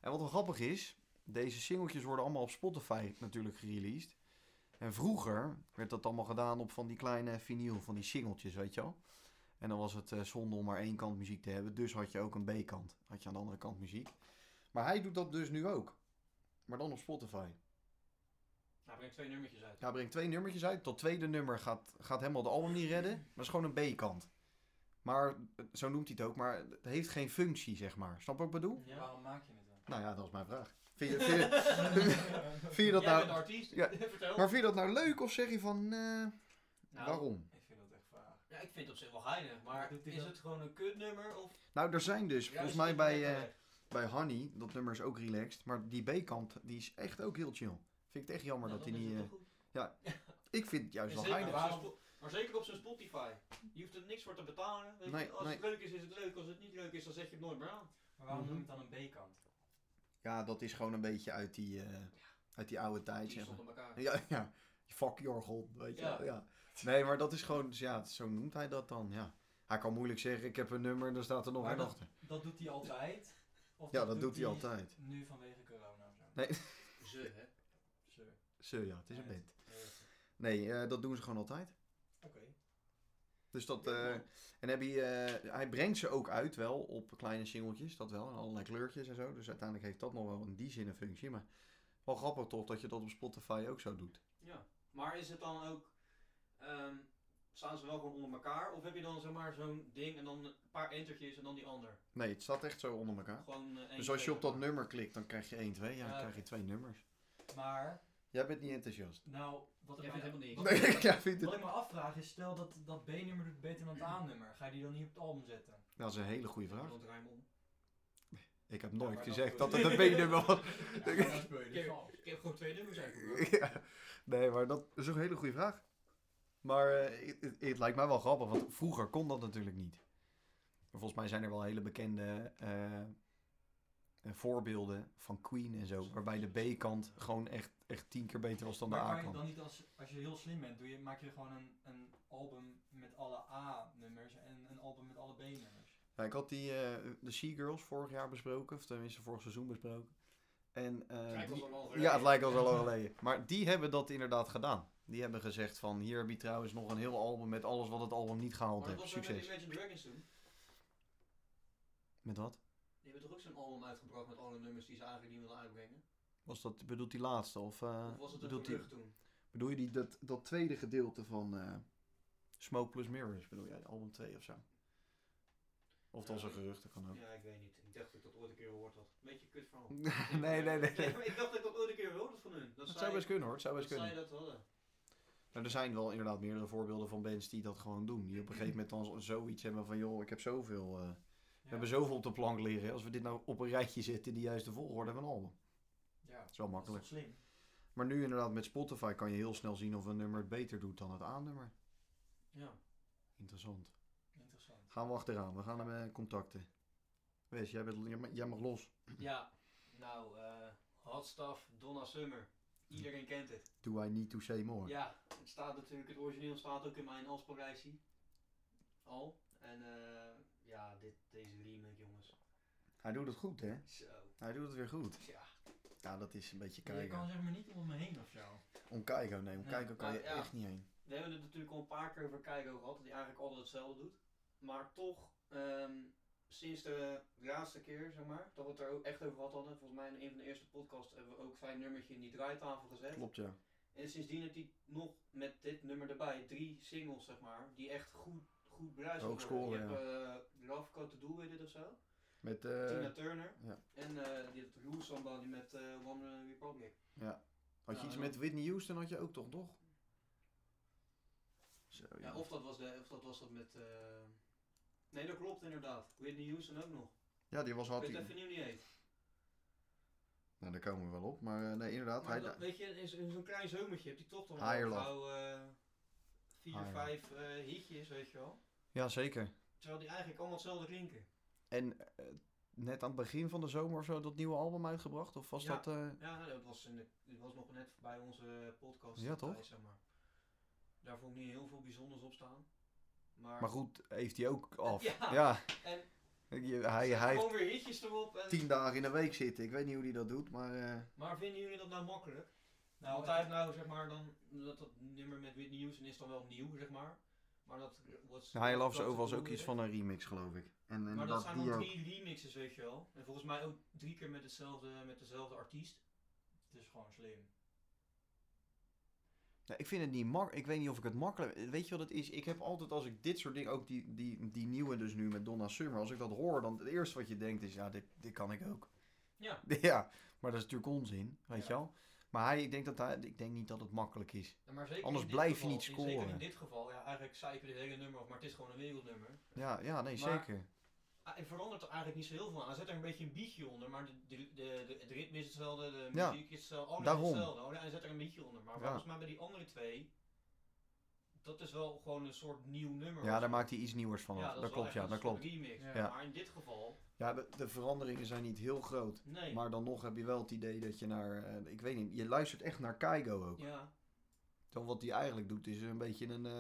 Speaker 2: En wat wel grappig is, deze singeltjes worden allemaal op Spotify natuurlijk gereleased. En vroeger werd dat allemaal gedaan op van die kleine vinyl, van die singeltjes, weet je wel. En dan was het eh, zonde om maar één kant muziek te hebben. Dus had je ook een B-kant. Had je aan de andere kant muziek. Maar hij doet dat dus nu ook. Maar dan op Spotify.
Speaker 4: nou breng ik twee nummertjes uit.
Speaker 2: Ja, hij brengt twee nummertjes uit. Tot tweede nummer gaat, gaat helemaal de album niet redden. Maar is gewoon een B-kant. Maar, eh, zo noemt hij het ook, maar het heeft geen functie, zeg maar. Snap je wat ik bedoel?
Speaker 4: Ja. Waarom maak je het
Speaker 2: (laughs)
Speaker 4: dan?
Speaker 2: Nou ja, dat is mijn vraag. Vind je, vind
Speaker 3: (laughs)
Speaker 2: je, vind je dat
Speaker 3: Jij
Speaker 2: nou...
Speaker 3: bent artiest,
Speaker 2: Ja.
Speaker 3: (laughs) vertel.
Speaker 2: Maar vind je dat nou leuk of zeg je van, eh,
Speaker 3: Nou,
Speaker 2: waarom?
Speaker 4: Ik vind dat echt vaag.
Speaker 3: Ja, ik vind het op zich wel geinig, maar
Speaker 4: Doet hij
Speaker 3: is
Speaker 4: dat?
Speaker 3: het gewoon een kutnummer? Of...
Speaker 2: Nou, er zijn dus,
Speaker 3: Ja,
Speaker 2: volgens
Speaker 3: is
Speaker 2: mij
Speaker 3: het
Speaker 2: bij,
Speaker 3: internet
Speaker 2: eh,
Speaker 3: alleen?
Speaker 2: bij Honey, dat nummer is ook relaxed. Maar die B-kant, die is echt ook heel chill. Vind ik het echt jammer
Speaker 3: Nou,
Speaker 2: dat
Speaker 3: dan
Speaker 2: hij
Speaker 3: is
Speaker 2: niet... eh,
Speaker 3: het toch goed.
Speaker 2: ik vind het juist
Speaker 3: En
Speaker 2: wel
Speaker 3: zeker
Speaker 2: geinig.
Speaker 3: op zijn
Speaker 4: Waarom-
Speaker 3: Spo- Maar zeker op zijn Spotify. Je hoeft er niks voor te betalen. weet je.
Speaker 2: Nee,
Speaker 3: als
Speaker 2: nee.
Speaker 3: het leuk is, is het leuk. Als het niet leuk is, dan zet je het nooit meer aan.
Speaker 4: Maar waarom
Speaker 2: Mhm.
Speaker 4: noem je het dan een B-kant?
Speaker 2: Ja, dat is gewoon een beetje uit die, eh, uit die oude tijd,
Speaker 3: Die
Speaker 2: zeg maar.
Speaker 3: stonden elkaar.
Speaker 2: Ja, (laughs) ja. Fuck your god, weet je
Speaker 3: Ja.
Speaker 2: wel. Ja. Nee, maar dat is gewoon, dus ja, zo noemt hij dat dan, ja. Hij kan moeilijk zeggen, ik heb een nummer en dan staat er nog
Speaker 4: Maar
Speaker 2: een
Speaker 4: dat-
Speaker 2: achter.
Speaker 4: Dat doet hij
Speaker 3: (laughs)
Speaker 4: altijd? Of
Speaker 2: Ja, dat doet hij altijd.
Speaker 4: Nu vanwege corona of zo.
Speaker 3: Ze, hè?
Speaker 4: Sure.
Speaker 2: Zo ja, het is een
Speaker 4: Nee.
Speaker 2: band.
Speaker 4: Nee, dat is-
Speaker 2: Nee, eh, dat doen ze gewoon altijd.
Speaker 4: Oké.
Speaker 2: Dus dat, eh, en heb je, eh, hij brengt ze ook uit wel op kleine singeltjes, dat wel, en allerlei kleurtjes en zo. Dus uiteindelijk heeft dat nog wel in die zin een functie. Maar wel grappig toch dat je dat op Spotify ook zo doet.
Speaker 3: Ja. Maar is het dan ook... ehm, staan ze wel gewoon onder elkaar? Of heb je dan zeg maar zo'n ding en dan een paar entertjes en dan die ander?
Speaker 2: Nee, het staat echt zo onder elkaar.
Speaker 3: Gewoon, eh, één,
Speaker 2: Dus als je
Speaker 3: twee,
Speaker 2: op dat
Speaker 3: zeg
Speaker 2: nummer klikt, dan krijg je 1, 2, ja,
Speaker 4: Ja,
Speaker 2: dan krijg
Speaker 4: oké.
Speaker 2: je twee nummers.
Speaker 4: Maar,
Speaker 2: Jij bent niet enthousiast.
Speaker 4: nou, wat ik,
Speaker 3: Jij vindt
Speaker 4: mij-
Speaker 3: helemaal niks.
Speaker 4: wat-
Speaker 2: Nee, (laughs) jij vindt het
Speaker 4: wat ik me afvraag is, stel dat dat B-nummer doet beter dan het A-nummer. Ga je die dan niet op het album zetten?
Speaker 2: Dat is een hele goede
Speaker 3: maar.
Speaker 2: vraag.
Speaker 3: Dan draai je hem om.
Speaker 2: Ik heb
Speaker 4: Ja,
Speaker 2: nooit
Speaker 4: maar
Speaker 2: gezegd
Speaker 4: dat-
Speaker 2: dat het een
Speaker 4: (laughs)
Speaker 2: B-nummer was. (laughs)
Speaker 4: Ja, maar dan speel je dus
Speaker 3: Oké.
Speaker 4: vals.
Speaker 3: Ik heb gewoon twee nummers eigenlijk.
Speaker 2: Ja. Nee, maar dat is ook een hele goede vraag. Maar eh, het- het- het lijkt mij wel grappig, want vroeger kon dat natuurlijk niet. Maar volgens mij zijn er wel hele bekende eh, eh, voorbeelden van Queen en zo, waarbij de B-kant gewoon echt, echt tien keer beter was dan de
Speaker 4: Maar kan je
Speaker 2: A-kant.
Speaker 4: dan niet als, als je heel slim bent, doe je, maak je gewoon een, een album met alle A-nummers en een album met alle B-nummers?
Speaker 2: Ja, ik had die, eh, de Sea-Girls vorig jaar besproken, of tenminste vorig seizoen besproken. En, eh,
Speaker 3: Het lijkt
Speaker 2: die-
Speaker 3: ons allemaal
Speaker 2: Ja, het lijkt ons al lang geleden. Maar die hebben dat inderdaad gedaan. Die hebben gezegd van, hier heb je trouwens nog een heel album met alles wat het album niet gehaald
Speaker 3: Maar dat
Speaker 2: heeft.
Speaker 3: was met die
Speaker 2: Succes.
Speaker 3: Imagine Dragons toen.
Speaker 2: Met wat?
Speaker 3: Die hebben toch ook zo'n album uitgebracht met alle nummers die ze eigenlijk niet wilden uitbrengen?
Speaker 2: Was dat, bedoelt die laatste? Of, eh,
Speaker 3: of was het een
Speaker 2: bedoelt die,
Speaker 3: gerucht toen?
Speaker 2: bedoel je die, dat, dat tweede gedeelte van eh, Smoke Plus Mirrors? Bedoel jij album 2 of zo? Of dat is een gerucht, dat kan (laughs) ook.
Speaker 3: Ja, ik weet niet. Ik dacht dat ik dat ooit een keer gehoord had. Beetje kut verhaal.
Speaker 2: (laughs) nee, nee, nee.
Speaker 3: maar (laughs) ik dacht dat ik dat ooit een keer gehoord had van hun. Dat,
Speaker 2: Dat
Speaker 3: zij,
Speaker 2: zou best kunnen hoor, het zou
Speaker 3: dat
Speaker 2: best kunnen.
Speaker 3: zij dat hadden.
Speaker 2: Nou, er zijn wel inderdaad meerdere voorbeelden van bands die dat gewoon doen. Die op een gegeven moment dan z- zoiets hebben van, joh, ik heb zoveel... eh,
Speaker 4: Ja.
Speaker 2: We hebben zoveel op de plank liggen. Als we dit nou op een rijtje zetten in de juiste volgorde van een album.
Speaker 4: Ja,
Speaker 2: Dat is wel
Speaker 4: dat is
Speaker 2: makkelijk.
Speaker 4: toch slim?
Speaker 2: Maar nu inderdaad met Spotify kan je heel snel zien of een nummer het beter doet dan het A-nummer.
Speaker 3: Ja.
Speaker 2: Interessant.
Speaker 4: Interessant.
Speaker 2: Gaan we achteraan. We gaan hem eh, contacten. Wes, jij, bent, jij ma- jij mag los.
Speaker 3: Ja. Nou, eh Hot Stuff, Donna Summer. Iedereen kent het.
Speaker 2: Do I need to say more?
Speaker 3: Ja, het staat natuurlijk, het origineel staat ook in mijn afspraaklijstje. Al. En eh ja, dit, deze remake jongens.
Speaker 2: Hij doet het goed, hè?
Speaker 3: Zo.
Speaker 2: Hij doet het weer goed.
Speaker 3: Ja.
Speaker 2: Ja, dat is een beetje
Speaker 4: Je
Speaker 2: kijken.
Speaker 4: kan zeg maar niet om me heen of zo.
Speaker 2: Om kijken, nee. Om
Speaker 4: Nee,
Speaker 2: kijken kan je
Speaker 3: maar ja.
Speaker 2: echt niet heen.
Speaker 3: We hebben het natuurlijk al een paar keer over Keigo gehad, die eigenlijk altijd hetzelfde doet. Maar toch, ehm, sinds de laatste keer, zeg maar, dat we het er ook echt over gehad hadden. Volgens mij in een van de eerste podcasts hebben we ook zijn nummertje in die draaitafel gezet.
Speaker 2: Klopt, ja.
Speaker 3: En sindsdien heeft hij nog met dit nummer erbij drie singles, zeg maar, die echt goed, goed beluisterd
Speaker 2: Hoog
Speaker 3: worden. Je
Speaker 2: scoren,
Speaker 3: hebt eh Love Got To Do With It of zo,
Speaker 2: Met, eh,
Speaker 3: Tina Turner.
Speaker 2: ja.
Speaker 3: En eh die Rule Somebody met eh, One Republic.
Speaker 2: had je
Speaker 4: Ja,
Speaker 2: iets
Speaker 4: ja.
Speaker 2: met Whitney Houston had je ook toch, toch? Zo, ja.
Speaker 3: Ja, of, dat was de, of dat was dat met... eh, Nee, dat klopt inderdaad. Whitney Houston ook nog.
Speaker 2: Ja, die was
Speaker 3: Ik
Speaker 2: had
Speaker 3: weet
Speaker 2: hij.
Speaker 3: even niet hoe die heet.
Speaker 2: Nou, daar komen we wel op. Maar eh, nee, inderdaad.
Speaker 3: Maar
Speaker 2: hij,
Speaker 3: dat, weet je, in zo- in zo'n klein zomertje heb je toch toch
Speaker 2: Higher
Speaker 3: wel
Speaker 2: love.
Speaker 3: gauw eh, vier,
Speaker 2: Higher
Speaker 3: vijf eh hitjes, weet je wel.
Speaker 2: Ja, zeker.
Speaker 3: Terwijl die eigenlijk allemaal hetzelfde klinken.
Speaker 2: En eh, net aan het begin van de zomer of zo dat nieuwe album uitgebracht? Of was
Speaker 3: Ja.
Speaker 2: dat... eh,
Speaker 3: Ja, nou, dat was, in de, dat was nog net bij onze podcast.
Speaker 2: Ja, toch?
Speaker 3: Zeg maar. Daar vond ik niet heel veel bijzonders op staan. Maar,
Speaker 2: Maar goed, heeft hij ook af.
Speaker 3: (laughs) Ja,
Speaker 2: Ja.
Speaker 3: en-
Speaker 2: Je- hij, hij heeft
Speaker 3: gewoon weer hitjes erop. En,
Speaker 2: tien dagen in een week zitten. Ik weet niet hoe hij dat doet, maar... eh,
Speaker 3: maar vinden jullie dat nou makkelijk?
Speaker 4: Nou,
Speaker 3: Want hij heeft nou, zeg maar, dan, dat, dat nummer met Whitney Houston is dan wel nieuw, zeg maar. Maar dat... What's,
Speaker 2: Higher Love's
Speaker 3: What's
Speaker 2: Over was
Speaker 3: the
Speaker 2: ook
Speaker 3: Blue
Speaker 2: iets
Speaker 3: Way?
Speaker 2: van een remix, geloof ik. En, en
Speaker 3: Maar dat zijn
Speaker 2: die
Speaker 3: dan
Speaker 2: ook.
Speaker 3: drie remixes, weet je wel. En volgens mij ook drie keer met, hetzelfde, met dezelfde artiest.
Speaker 4: Het is gewoon slim.
Speaker 2: Ja, Nou, ik vind het niet makkelijk. Ik weet niet of ik het makkelijk... eh, Weet je wat het is? Ik heb altijd als ik dit soort dingen... Ook die, die, die nieuwe dus nu met Donna Summer. Als ik dat hoor, dan het eerste wat je denkt is... Ja, dit, dit kan ik ook.
Speaker 3: Ja.
Speaker 2: (laughs) Ja, maar dat is natuurlijk onzin. Weet
Speaker 4: Ja.
Speaker 2: je wel? Maar hij, ik denk, dat hij, ik denk niet dat het makkelijk is.
Speaker 3: Ja, maar zeker
Speaker 2: Anders
Speaker 3: in dit
Speaker 2: blijf je
Speaker 3: geval-
Speaker 2: niet
Speaker 3: in-
Speaker 2: scoren.
Speaker 3: Zeker in dit geval, ja, eigenlijk zeiken dit hele nummer af, maar het is gewoon een wereldnummer.
Speaker 2: Ja, ja nee,
Speaker 3: Maar-
Speaker 2: zeker.
Speaker 3: Ah, Hij verandert er eigenlijk niet zo heel veel aan. Hij zet er een beetje een beatje onder, maar de, de, de, de- het ritme is hetzelfde, de
Speaker 2: Ja,
Speaker 3: muziek is hetzelfde, alles
Speaker 2: daarom.
Speaker 3: is hetzelfde. Alleen Hij zet er een beatje onder, maar
Speaker 2: Ja.
Speaker 3: volgens mij bij die andere twee, dat is wel gewoon een soort nieuw nummer.
Speaker 2: Ja, daar maakt hij iets nieuws van.
Speaker 3: Ja,
Speaker 2: af.
Speaker 3: is
Speaker 2: dat
Speaker 3: wel
Speaker 2: klopt,
Speaker 3: echt
Speaker 2: ja,
Speaker 3: een
Speaker 2: dat
Speaker 3: soort
Speaker 2: klopt.
Speaker 3: remix.
Speaker 4: Ja.
Speaker 2: Ja.
Speaker 3: Maar in dit geval,
Speaker 2: Ja, de, de veranderingen zijn niet heel groot.
Speaker 3: nee.
Speaker 2: Maar dan nog heb je wel het idee dat je naar... eh, ik weet niet, je luistert echt naar Kaigo ook.
Speaker 3: Ja,
Speaker 2: Dan wat hij eigenlijk doet is een beetje een, eh,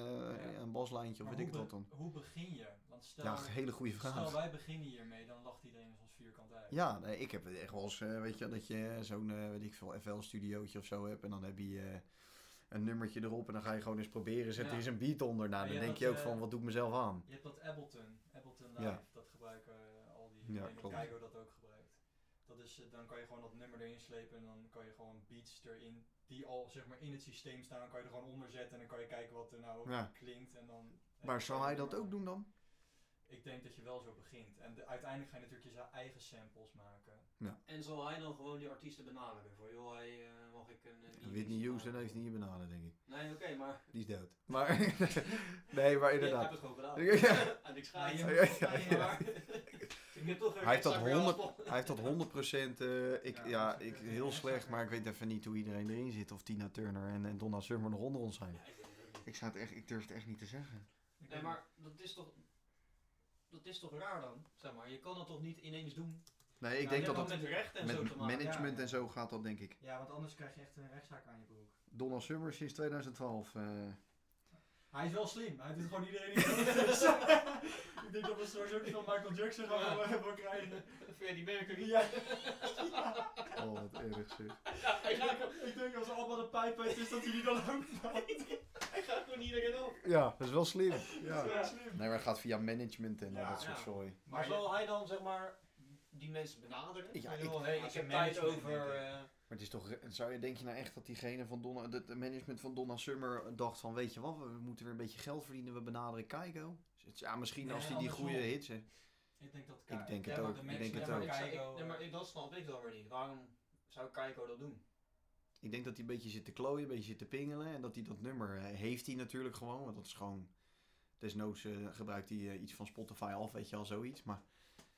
Speaker 4: Ja.
Speaker 2: een baslijntje of
Speaker 4: Maar
Speaker 2: weet ik
Speaker 4: hoe
Speaker 2: wat
Speaker 4: be-
Speaker 2: dan.
Speaker 4: Hoe begin je? Want stel,
Speaker 2: Ja, hele goede vraag.
Speaker 4: stel wij beginnen hiermee, dan lacht iedereen ons vierkant uit.
Speaker 2: Ja, nee, ik heb echt wel eens, eh, weet je, dat je zo'n, eh, weet ik veel, FL-studiootje of zo hebt. En dan heb je eh, een nummertje erop en dan ga je gewoon eens proberen. Zet
Speaker 4: Ja.
Speaker 2: er eens een beat onder.
Speaker 4: Maar
Speaker 2: Nou, dan
Speaker 4: ja,
Speaker 2: denk
Speaker 4: dat,
Speaker 2: je ook
Speaker 4: eh,
Speaker 2: van, wat doe ik mezelf aan?
Speaker 4: Je hebt dat Ableton, Ableton Live,
Speaker 2: Ja.
Speaker 4: dat gebruiken eh, al die,
Speaker 2: Ja,
Speaker 4: ik weet niet of
Speaker 2: klopt.
Speaker 4: Keigo dat ook gebruikt. Dat is, eh, dan kan je gewoon dat nummer erin slepen en dan kan je gewoon beats erin, die al zeg maar in het systeem staan, dan kan je er gewoon onder zetten en dan kan je kijken wat er nou
Speaker 2: Ja.
Speaker 4: klinkt. En dan, en dan
Speaker 2: Maar zou
Speaker 4: kan je
Speaker 2: hij dat
Speaker 4: er-
Speaker 2: ook doen dan?
Speaker 4: Ik denk dat je wel zo begint. En de- uiteindelijk ga je natuurlijk je za- eigen samples maken.
Speaker 3: en zal hij dan gewoon die artiesten benaderen? Voor joh, hij, eh, mag ik een... eh, remix
Speaker 2: Whitney Houston
Speaker 3: maken?
Speaker 2: heeft niet benaderd, denk ik.
Speaker 3: Nee, oké, maar...
Speaker 2: Die is
Speaker 4: (laughs)
Speaker 2: dood. Maar, (laughs) nee, maar
Speaker 3: Ik heb
Speaker 2: inderdaad.
Speaker 3: het gewoon
Speaker 2: (laughs)
Speaker 3: gedaan.
Speaker 2: Ja.
Speaker 3: En ik
Speaker 4: Maar
Speaker 3: schaai
Speaker 4: je
Speaker 3: je.
Speaker 4: moet
Speaker 2: Ja,
Speaker 4: ga je
Speaker 2: ja. (laughs)
Speaker 4: maar-
Speaker 3: Ik heb toch een
Speaker 2: Hij heeft dat
Speaker 3: extra verhaal
Speaker 2: 100
Speaker 3: van-
Speaker 2: Hij heeft dat 100%, eh ik,
Speaker 4: Ja,
Speaker 2: ja,
Speaker 4: dat is
Speaker 2: ik,
Speaker 4: ook een
Speaker 2: heel
Speaker 4: extra
Speaker 2: slecht,
Speaker 4: ver.
Speaker 2: maar ik weet even niet hoe iedereen erin zit. Of Tina Turner en, en Donna Summer nog onder ons zijn.
Speaker 3: Ja, ik weet het ook niet.
Speaker 2: Ik, zou het echt, ik durf het echt niet te zeggen.
Speaker 4: Ik
Speaker 3: Nee,
Speaker 4: weet
Speaker 3: maar dat is toch. Dat is toch raar dan? Zeg maar, je kan dat toch niet ineens doen?
Speaker 2: Nee, ik
Speaker 4: Ja,
Speaker 2: denk
Speaker 4: je
Speaker 2: dat
Speaker 4: hebt
Speaker 2: dat
Speaker 3: met recht en zo te
Speaker 2: met
Speaker 3: maken.
Speaker 2: management
Speaker 4: ja.
Speaker 2: en zo gaat dat, denk ik.
Speaker 4: niet. Ja, want anders krijg je echt een rechtszaak aan je broek.
Speaker 2: Donald Summer sinds 2012. eh.
Speaker 4: Hij is wel slim, hij doet gewoon iedereen in (laughs) de Ik denk dat we straks ook van Michael Jackson gaan eh,
Speaker 3: Ja.
Speaker 4: hebben krijgen.
Speaker 3: Freddie Mercury.
Speaker 4: Ja.
Speaker 2: Oh, wat erg zeg.
Speaker 3: Ja, hij, gaat,
Speaker 4: Ik denk als allemaal de pijp uit is dat hij die dan ook maakt.
Speaker 3: hij gaat gewoon iedereen op.
Speaker 2: Ja, dat is wel slim.
Speaker 4: Dat is
Speaker 2: Ja.
Speaker 4: wel slim.
Speaker 2: Nee, maar het gaat via management en
Speaker 4: Ja,
Speaker 2: dat soort
Speaker 3: ja.
Speaker 2: zooi.
Speaker 3: Maar
Speaker 4: Maar
Speaker 3: zal hij dan zeg maar die mensen benaderen?
Speaker 2: Ja,
Speaker 3: Van,
Speaker 2: ik-
Speaker 3: joh, hey,
Speaker 4: als
Speaker 3: ik
Speaker 4: een
Speaker 3: heb tijd
Speaker 4: management,
Speaker 3: over.
Speaker 4: denk
Speaker 3: eh,
Speaker 2: Maar het is toch, zou je, denk je nou echt dat diegene van Donna, dat het management van Donna Summer dacht van, weet je wat, we moeten weer een beetje geld verdienen, we benaderen Kaigo? Ja, misschien
Speaker 4: Nee,
Speaker 2: als die die
Speaker 4: andersom.
Speaker 2: goede hits heeft.
Speaker 4: Ik denk dat
Speaker 2: Ik denk
Speaker 4: ja,
Speaker 2: het
Speaker 4: maar
Speaker 2: ook,
Speaker 4: de
Speaker 2: ik
Speaker 4: mensen-
Speaker 2: denk het
Speaker 4: ja, maar
Speaker 2: ook.
Speaker 3: ik zou- ik-
Speaker 4: Keigo, eh,
Speaker 3: nee, maar ik- dat snap ik dan weer niet. Waarom zou Kaiko dat doen?
Speaker 2: Ik denk dat hij een beetje zit te klooien, een beetje zit te pingelen. En dat hij dat nummer eh, heeft hij natuurlijk gewoon. Want dat is gewoon... Desnoods eh, gebruikt hij eh, iets van Spotify af, weet je al, zoiets. Maar,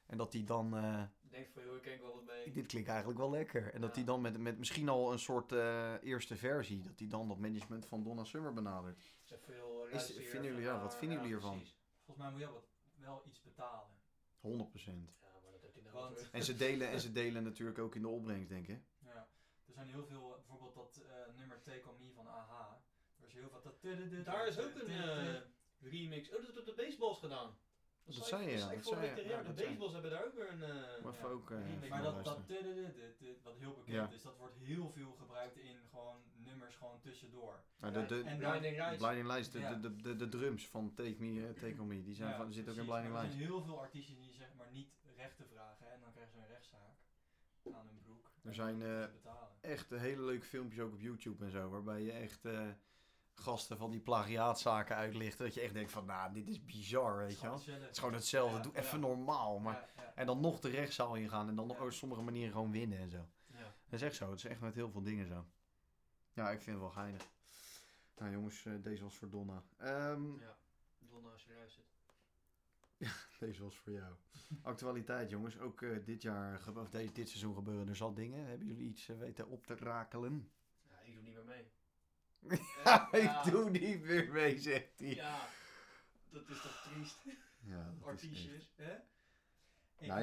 Speaker 2: en dat hij dan... eh,
Speaker 3: Ik denk van joh, ik ken wel wat mee.
Speaker 2: dit klinkt eigenlijk wel lekker. En dat
Speaker 3: Ja.
Speaker 2: hij dan met, met misschien al een soort eh, eerste versie... Dat hij dan dat management van Donna Summer benadert.
Speaker 3: Zeg van, joh,
Speaker 2: Is-
Speaker 3: luister
Speaker 2: vinden
Speaker 3: hier
Speaker 2: jullie-
Speaker 3: even
Speaker 2: ja, wat
Speaker 3: naar.
Speaker 2: vinden jullie hiervan?
Speaker 3: precies.
Speaker 4: Volgens mij moet je wel wat- wel iets betalen.
Speaker 2: 100%.
Speaker 3: Ja, maar dat heb je nou
Speaker 4: Want-
Speaker 3: terug.
Speaker 2: En ze delen, en ze delen natuurlijk ook in de opbrengst, denk ik.
Speaker 4: Ja. Er zijn heel veel, eh, bijvoorbeeld dat eh, nummer Take On Me van AH. Er is heel veel dat...
Speaker 3: Daar is ook een eh, remix. Oh, dat hebben de baseballs gedaan.
Speaker 2: Dat zei je,
Speaker 3: ik-
Speaker 2: ja,
Speaker 3: ik
Speaker 2: dat
Speaker 3: vorige
Speaker 2: zei
Speaker 3: week
Speaker 2: je,
Speaker 3: tegen jou.
Speaker 2: ja, dat
Speaker 3: De
Speaker 2: zei je.
Speaker 3: baseballs hebben daar ook weer een... eh,
Speaker 2: Maar even
Speaker 4: Ja.
Speaker 2: ook... eh,
Speaker 3: Maar
Speaker 2: even
Speaker 4: Maar dat, dat
Speaker 2: luisteren.
Speaker 4: tudududududud, wat heel bekend is, dat wordt heel veel gebruikt in gewoon nummers gewoon tussendoor.
Speaker 2: Nou, de, de,
Speaker 4: en
Speaker 3: Blinding Lights.
Speaker 2: Blinding Lights, de,
Speaker 4: Ja.
Speaker 2: de, de, de, de drums van Take Me, eh, Take On Me, die zijn
Speaker 4: Ja,
Speaker 2: van, zitten ook in
Speaker 4: precies,
Speaker 2: Blinding
Speaker 4: maar
Speaker 2: Lights.
Speaker 4: Er zijn heel veel artiesten die zeg maar niet rechten vragen en dan krijgen ze een rechtszaak aan hun broek.
Speaker 2: Er zijn,
Speaker 4: En dan moeten
Speaker 2: eh,
Speaker 4: ze betalen.
Speaker 2: echt hele leuke filmpjes ook op YouTube en zo. Waarbij je echt eh, gasten van die plagiaatzaken uitlicht. Dat je echt denkt van, nou, dit is bizar, weet je wel. Het is gewoon hetzelfde, doe even normaal. Maar... En dan nog de rechtszaal ingaan en dan
Speaker 4: Ja.
Speaker 2: op sommige manieren gewoon winnen en zo.
Speaker 3: Ja.
Speaker 2: Dat is echt zo, het is echt met heel veel dingen zo. Ja, ik vind het wel geinig. Nou jongens, eh, deze was voor Donna. Ehm,
Speaker 3: Ja. Donna, als je luistert.
Speaker 2: Deze was voor jou. Actualiteit, jongens. Ook eh, dit jaar, ge- of deze, dit seizoen gebeuren er zat dingen. Hebben jullie iets eh, weten op te rakelen? (laughs)
Speaker 3: Ja, ik doe niet meer mee.
Speaker 2: Ja,
Speaker 3: ja.
Speaker 2: ik doe niet meer mee, zegt hij.
Speaker 3: Ja, dat is toch triest.
Speaker 2: Ja, dat is echt-
Speaker 3: Artiestjes, hè?
Speaker 4: Ik
Speaker 2: Nou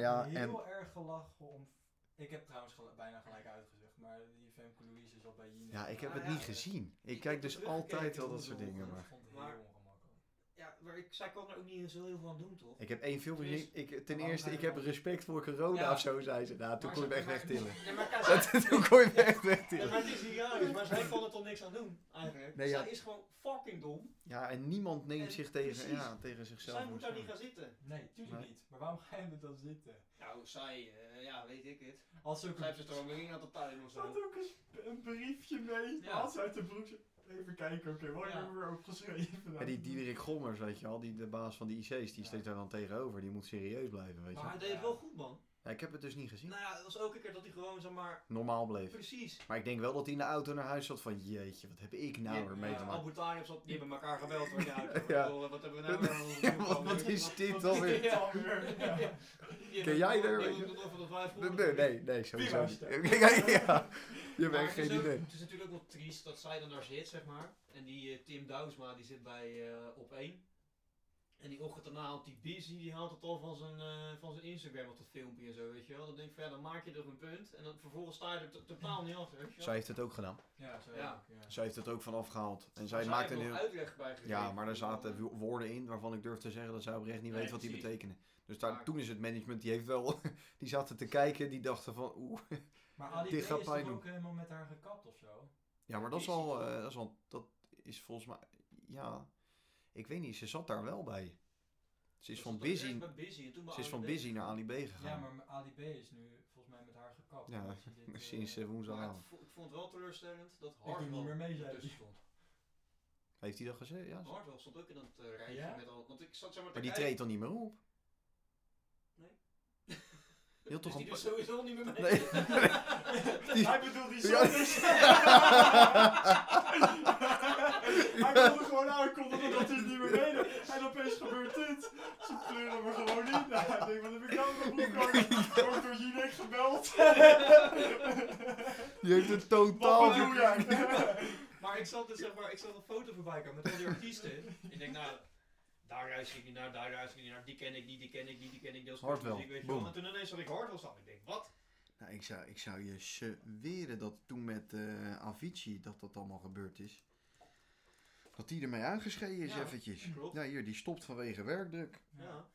Speaker 4: nou
Speaker 2: ja,
Speaker 4: heb heel erg gelachen om... Ik heb trouwens gel- bijna gelijk uitgezegd, maar die Femke Louise is al bij Ah, Jine.
Speaker 2: ja, ik heb
Speaker 3: Nou
Speaker 2: het
Speaker 3: ja,
Speaker 2: niet gezien. Ik
Speaker 3: ik
Speaker 2: kijk
Speaker 3: heb
Speaker 2: dus
Speaker 3: het teruggekeken
Speaker 2: altijd wel
Speaker 3: hoe
Speaker 2: dat
Speaker 3: ze
Speaker 2: soort
Speaker 3: begonnen
Speaker 2: dingen.
Speaker 3: is.
Speaker 2: Maar.
Speaker 4: Ik vond het
Speaker 3: Maar-
Speaker 4: heel ongemakkelijk.
Speaker 3: Ja, maar ik, zij kon er ook niet zo heel veel aan doen, toch?
Speaker 2: Ik heb één film
Speaker 3: Tenminste,
Speaker 2: gezien. Ik, eh, ten
Speaker 4: waarom
Speaker 2: eerste,
Speaker 4: zijn
Speaker 2: ik
Speaker 4: we
Speaker 2: heb
Speaker 4: dan-
Speaker 2: respect voor corona
Speaker 3: Ja.
Speaker 2: of zo, zei ze. Nou, toen
Speaker 4: Maar
Speaker 2: kon je
Speaker 4: ze-
Speaker 2: hem echt
Speaker 4: maar-
Speaker 2: wegtillen.
Speaker 3: Nee,
Speaker 2: (laughs)
Speaker 3: maar kijk, zij-
Speaker 2: toen kon je hem echt
Speaker 3: Ja,
Speaker 2: wegtillen.
Speaker 3: maar het is hilarisch, maar zij kon er toch niks aan doen, eigenlijk.
Speaker 2: Nee, ja.
Speaker 3: Zij is gewoon fucking dom.
Speaker 2: Ja, en niemand neemt
Speaker 3: En
Speaker 2: zich tegen,
Speaker 3: precies.
Speaker 2: ja, tegen zichzelf.
Speaker 3: zij moet daar
Speaker 2: aan.
Speaker 3: niet gaan zitten.
Speaker 4: Nee, tuurlijk
Speaker 2: Nee.
Speaker 4: niet. Maar waarom ga je er dan zitten?
Speaker 3: Nou, zij, eh, ja, weet ik het.
Speaker 4: Als ze ook
Speaker 3: Zij heeft
Speaker 4: een...
Speaker 3: ze toch een ring aan de tuin of
Speaker 1: Ze had
Speaker 3: zo.
Speaker 1: ook eens een briefje mee.
Speaker 4: Ja.
Speaker 1: Had ze uit de broek. Even kijken, oké, wat
Speaker 3: Ja.
Speaker 1: hebben we erop geschreven?
Speaker 2: Ja, die Diederik Gommers, weet je wel, die, de baas van die IC's, die
Speaker 4: Ja.
Speaker 2: steekt daar dan tegenover. Die moet serieus blijven, weet je
Speaker 3: Maar
Speaker 2: wel.
Speaker 3: hij deed het wel goed, man.
Speaker 2: Ja, ik heb het dus niet gezien.
Speaker 3: Nou ja, het was ook een keer dat hij gewoon, zeg maar,
Speaker 2: Normaal bleef.
Speaker 3: precies.
Speaker 2: Maar ik denk wel dat hij in de auto naar huis zat van, jeetje, wat heb ik nou
Speaker 3: Ja,
Speaker 2: weer mee te
Speaker 4: ja.
Speaker 2: maken.
Speaker 3: Abu Talib eh, zat, die hebben elkaar gebeld. hoor. Ja,
Speaker 2: (laughs)
Speaker 3: ik
Speaker 2: Ja.
Speaker 3: bedoel, Wat hebben
Speaker 2: (laughs)
Speaker 3: we nou weer aan ons doen?
Speaker 2: Wat, wat is dit dan
Speaker 1: Alweer.
Speaker 2: weer?
Speaker 1: Ja. alweer, ja.
Speaker 3: Die
Speaker 2: Ken jij
Speaker 3: hebben-
Speaker 2: er-
Speaker 3: die hebben het over dat wij
Speaker 2: Nee, nee,
Speaker 3: vroeger-
Speaker 2: nee, nee, sowieso
Speaker 1: was
Speaker 2: niet.
Speaker 1: dat?
Speaker 2: Kijk, (laughs) ja, je hebt
Speaker 3: Maar
Speaker 2: echt
Speaker 3: het is
Speaker 2: geen
Speaker 3: ook-
Speaker 2: idee.
Speaker 3: Het is natuurlijk ook wel triest dat zij dan daar zit, zeg maar. En die eh, Tim Douwsma, die zit bij eh, op 1. En die ochtend daarna haalt die busy, die haalt het al van zijn, eh, van zijn Instagram op dat filmpje en zo, weet je wel. Dan denk ik van ja, dan maak je er een punt. En dan vervolgens sta je er to- totaal niet achter, weet je wel.
Speaker 2: Zij heeft het ook gedaan.
Speaker 4: Ja, zo
Speaker 3: Ja.
Speaker 4: ook, ja.
Speaker 2: Zij heeft het ook van afgehaald. En
Speaker 3: Maar
Speaker 2: zij maakte
Speaker 3: heeft
Speaker 2: een
Speaker 3: wel
Speaker 2: heel...
Speaker 3: uitleg bij gegeven.
Speaker 2: Ja, maar daar
Speaker 3: Ja.
Speaker 2: zaten wo- woorden in waarvan ik durf te zeggen dat zij oprecht niet
Speaker 3: Nee,
Speaker 2: weet wat die
Speaker 3: precies.
Speaker 2: betekenen. Dus daar,
Speaker 3: Maar-
Speaker 2: toen is het management, die heeft wel... (laughs) Die zaten te kijken, die dachten van, oeh...
Speaker 4: Maar Ali B
Speaker 2: Dit
Speaker 4: is
Speaker 2: gaat
Speaker 4: toch
Speaker 2: pijn doen.
Speaker 4: ook helemaal met haar gekapt of zo?
Speaker 2: Ja, maar dat is
Speaker 3: Is die
Speaker 2: al,
Speaker 3: dan?
Speaker 2: eh, dat is al, dat is volgens mij, ja, ik weet niet, ze zat daar wel bij. Ze is
Speaker 3: Dat
Speaker 2: van
Speaker 3: dat eerst
Speaker 2: busy,
Speaker 3: bij busy en toen bij
Speaker 2: ze is van
Speaker 3: ANWB.
Speaker 2: busy naar Ali B
Speaker 4: Ja,
Speaker 2: gegaan.
Speaker 4: maar m- Ali B is nu volgens mij met haar gekapt.
Speaker 2: Ja,
Speaker 4: Als je dit, eh,
Speaker 2: Sinds eh,
Speaker 3: Maar het
Speaker 2: woensdagavond.
Speaker 3: vo- ik vond het wel teleurstellend dat
Speaker 2: eh,
Speaker 4: doe niet meer
Speaker 3: Hartman
Speaker 4: mee, zei
Speaker 3: ertussen
Speaker 4: hij.
Speaker 3: stond.
Speaker 2: Heeft hij dat gezegd? Ja.
Speaker 3: Hartwell stond ook in dat eh, rijtje
Speaker 4: Ja?
Speaker 3: met al... Want ik zat zeg maar te
Speaker 2: Maar die
Speaker 3: kijken.
Speaker 2: treedt dan niet meer op.
Speaker 3: Nee.
Speaker 2: Je had toch
Speaker 3: Dus
Speaker 2: een
Speaker 3: die doet
Speaker 2: pa-
Speaker 3: sowieso niet meer mee.
Speaker 2: Nee.
Speaker 3: (laughs)
Speaker 1: Hij bedoelt die
Speaker 2: Ja. (laughs)
Speaker 1: Sanders. hij wilde gewoon aankondigen dat hij het niet meer deed. En opeens gebeurt dit. Ze pleuren me gewoon in. Nou, ik denk, wat heb ik nou nog boek Wordt door Jinek gebeld.
Speaker 2: Die heeft het
Speaker 1: Wat
Speaker 2: totaal...
Speaker 1: bedoel jij?
Speaker 3: Maar ik zat dus zeg maar, ik zag een foto voorbij komen met al die artiesten. ik denk nou, daar luister ik niet naar, daar luister ik niet naar, die ken ik, die, die ken ik, die, die ken ik, dat is
Speaker 2: Hardwell,
Speaker 3: muziek, weet je wel.
Speaker 2: boom.
Speaker 3: En toen ineens zag ik Hardwell staan, ik denk wat?
Speaker 2: Nou, ik, zou, ik zou je zweren dat toen met eh, Avicii dat dat allemaal gebeurd is. Dat die ermee aangeschreven is
Speaker 3: Ja,
Speaker 2: eventjes.
Speaker 3: klopt.
Speaker 2: Ja, hier, die stopt vanwege werkdruk.
Speaker 3: Ja,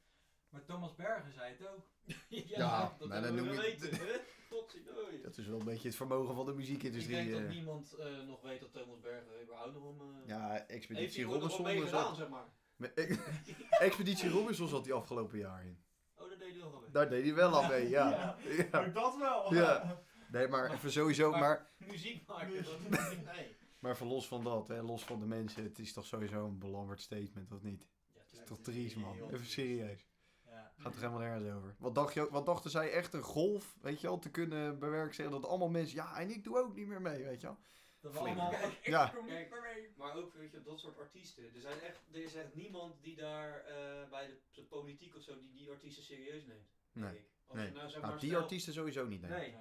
Speaker 4: Maar Thomas Bergen zei het ook.
Speaker 3: (laughs) ja,
Speaker 2: Ja,
Speaker 3: dat
Speaker 2: maar dan
Speaker 3: hebben we
Speaker 2: noem je- eh,
Speaker 3: geweten, hè? Godzijdoei.
Speaker 2: Dat is wel een beetje het vermogen van de
Speaker 3: Ik
Speaker 2: muziekindustrie.
Speaker 3: denk dat
Speaker 2: eh.
Speaker 3: niemand eh, nog weet dat Thomas Bergen überhaupt nog om... eh,
Speaker 2: Ja,
Speaker 3: heeft
Speaker 2: Expeditie
Speaker 3: hij ooit nog
Speaker 2: Robinson.
Speaker 3: wat mee
Speaker 2: daar
Speaker 3: gedaan,
Speaker 2: Zat,
Speaker 3: zeg maar.
Speaker 2: Me- (laughs) Expeditie Robinson zat die afgelopen jaar in.
Speaker 3: Oh, dat deed hij nog wel mee.
Speaker 2: Daar deed hij wel aan mee, ja.
Speaker 1: Ja.
Speaker 2: (laughs) ja.
Speaker 1: Ook dat wel.
Speaker 2: Ja. Nee, maar even sowieso,
Speaker 3: Maar-
Speaker 2: maar,
Speaker 3: Muziek
Speaker 2: (laughs)
Speaker 3: maken, dat nee.
Speaker 2: maar voor los van dat, hè, los van de mensen, het is toch sowieso een belangrijk statement, of niet?
Speaker 3: Ja,
Speaker 2: Het is toch triest, man.
Speaker 4: Heel
Speaker 2: Even
Speaker 4: triest.
Speaker 2: serieus.
Speaker 4: Ja.
Speaker 2: Gaat er helemaal nergens over. Wat, dacht je, ook- wat dachten zij echt een golf, weet je wel, te kunnen bewerkstelligen dat allemaal mensen, ja, en ik doe ook niet meer mee, weet je wel.
Speaker 4: Dat we
Speaker 2: Flink.
Speaker 4: allemaal...
Speaker 2: Ja.
Speaker 3: Kijk, maar ook weet je, dat soort artiesten. Er, zijn echt, er is echt niemand die daar eh, bij de, de politiek of zo die, die artiesten serieus neemt. Denk
Speaker 2: Nee.
Speaker 3: ik. Als
Speaker 2: nee.
Speaker 3: je nou, zeg
Speaker 2: Nou,
Speaker 3: maar,
Speaker 2: die
Speaker 3: stel-
Speaker 2: artiesten sowieso niet, nee.
Speaker 3: Nee.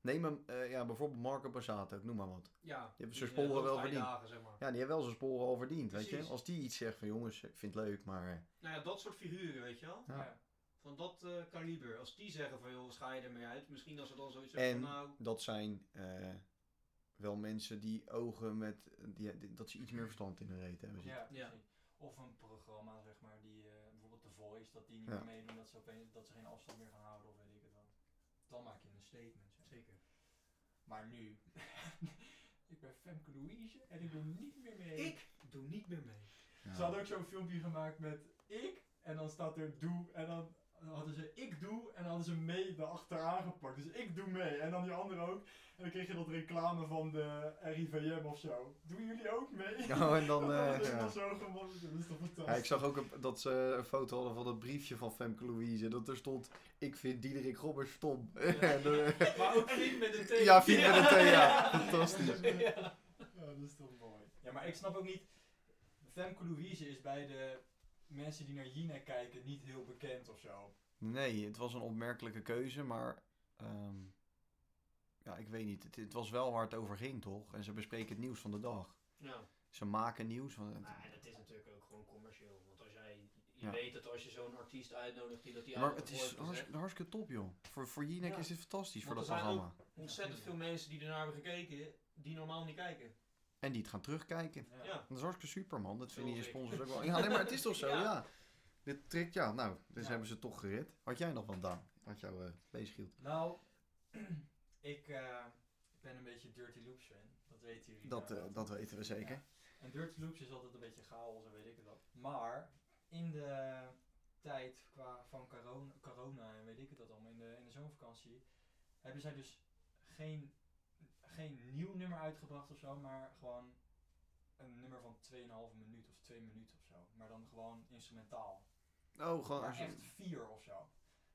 Speaker 2: Neem hem, eh, ja, bijvoorbeeld Marco Passato, ik noem maar wat.
Speaker 3: Ja.
Speaker 2: Je hebt
Speaker 3: die,
Speaker 2: zijn sporen
Speaker 3: eh,
Speaker 2: wel
Speaker 3: hoogtijdagen, zeg maar.
Speaker 2: Ja, die hebben wel zijn sporen al verdiend, weet je.
Speaker 3: Precies.
Speaker 2: Als die iets zegt van jongens, ik vind het leuk, maar... eh,
Speaker 3: Nou ja, dat soort figuren, weet je wel.
Speaker 2: Ja.
Speaker 4: Ja.
Speaker 3: Van dat eh, kaliber. Als die zeggen van, joh, wat ga je ermee uit? Misschien als ze dan zoiets
Speaker 2: En-
Speaker 3: zeggen van, nou...
Speaker 2: dat zijn eh, wel mensen die ogen met... Die, die- dat ze iets meer verstand in hun reet hebben. zitten.
Speaker 4: Ja,
Speaker 3: Ja.
Speaker 4: precies. Of een programma, zeg maar, die eh, bijvoorbeeld The Voice, dat die niet
Speaker 2: Ja.
Speaker 4: meer meedoen, dat ze, opeens, dat ze geen afstand meer gaan houden of weet ik het wat. Dan maak je een statement. zeg.
Speaker 3: Zeker.
Speaker 4: Maar nu, (laughs) ik ben Femke Louise en ik doe niet meer mee.
Speaker 3: Ik doe niet meer mee.
Speaker 2: Ja.
Speaker 4: Ze hadden ook zo'n filmpje gemaakt met ik en dan staat er doe en dan hadden ze ik doe en dan hadden ze mee erachteraan gepakt. Dus ik doe mee en dan die andere ook. En dan kreeg je dat reclame van de RIVM of zo. Doen jullie ook mee?
Speaker 2: Oh, en dan...
Speaker 4: Dat (laughs)
Speaker 2: eh,
Speaker 4: hadden ze
Speaker 2: ja.
Speaker 4: dan zo gemaakt. dus Dat is toch fantastisch.
Speaker 2: Ja, ik zag ook een- dat ze een foto hadden van dat briefje van Femke Louise. Dat er stond, ik vind Diederik Robbers stom. (laughs) En, eh,
Speaker 3: (laughs) Maar ook vriend met een thee.
Speaker 2: ja, vind met een thee, ja. Fantastisch.
Speaker 4: Ja, dat is toch mooi. Ja, maar ik snap ook niet. Femke Louise is bij de mensen die naar Jinek kijken niet heel bekend of zo.
Speaker 2: Nee, het was een opmerkelijke keuze, maar ehm, ja, ik weet niet. Het, het was wel waar het over ging, toch? En ze bespreken het nieuws van de dag.
Speaker 3: Ja.
Speaker 2: Ze maken nieuws. Want het-
Speaker 3: Maar dat is natuurlijk ook gewoon commercieel. Want als jij, je
Speaker 2: Ja.
Speaker 3: weet dat als je zo'n artiest uitnodigt, die dat die
Speaker 2: maar
Speaker 3: avond
Speaker 2: het
Speaker 3: ervoor
Speaker 2: is
Speaker 3: heeft gezegd.
Speaker 2: hartstikke, hartstikke top, joh. Voor, voor Jinek
Speaker 3: Ja.
Speaker 2: is dit fantastisch, voor
Speaker 3: Want
Speaker 2: dat
Speaker 3: er zijn ook-
Speaker 2: programma.
Speaker 3: Ontzettend veel mensen die ernaar hebben gekeken, die normaal niet kijken.
Speaker 2: En die het gaan terugkijken.
Speaker 3: Ja.
Speaker 2: Dat is hartstikke super, man. Dat vinden
Speaker 3: Heel
Speaker 2: je
Speaker 3: zeker.
Speaker 2: sponsors ook wel. Ja, nee, maar het is
Speaker 4: (laughs)
Speaker 2: toch zo, ja.
Speaker 3: Ja.
Speaker 2: Dit trekt, ja, nou, dus
Speaker 4: Ja.
Speaker 2: hebben ze toch gered. Had jij nog wat, Daan? Had jou eh bezig hield?
Speaker 4: Nou, (clears throat) ik eh, ik ben een beetje Dirty Loops fan. Dat weten jullie.
Speaker 2: Dat,
Speaker 4: nou
Speaker 2: eh,
Speaker 4: wel.
Speaker 2: dat weten we zeker.
Speaker 4: En Dirty Loops is altijd een beetje chaos en weet ik het wat. Maar in de tijd qua van corona, corona en weet ik het dat allemaal, in de, in de zomervakantie, hebben zij dus geen, geen nieuw nummer uitgebracht of zo, maar gewoon een nummer van 2,5 minuut of 2 minuten of zo. Maar dan gewoon instrumentaal.
Speaker 2: Oh, gewoon.
Speaker 4: Maar
Speaker 2: als je-
Speaker 4: echt 4 of zo.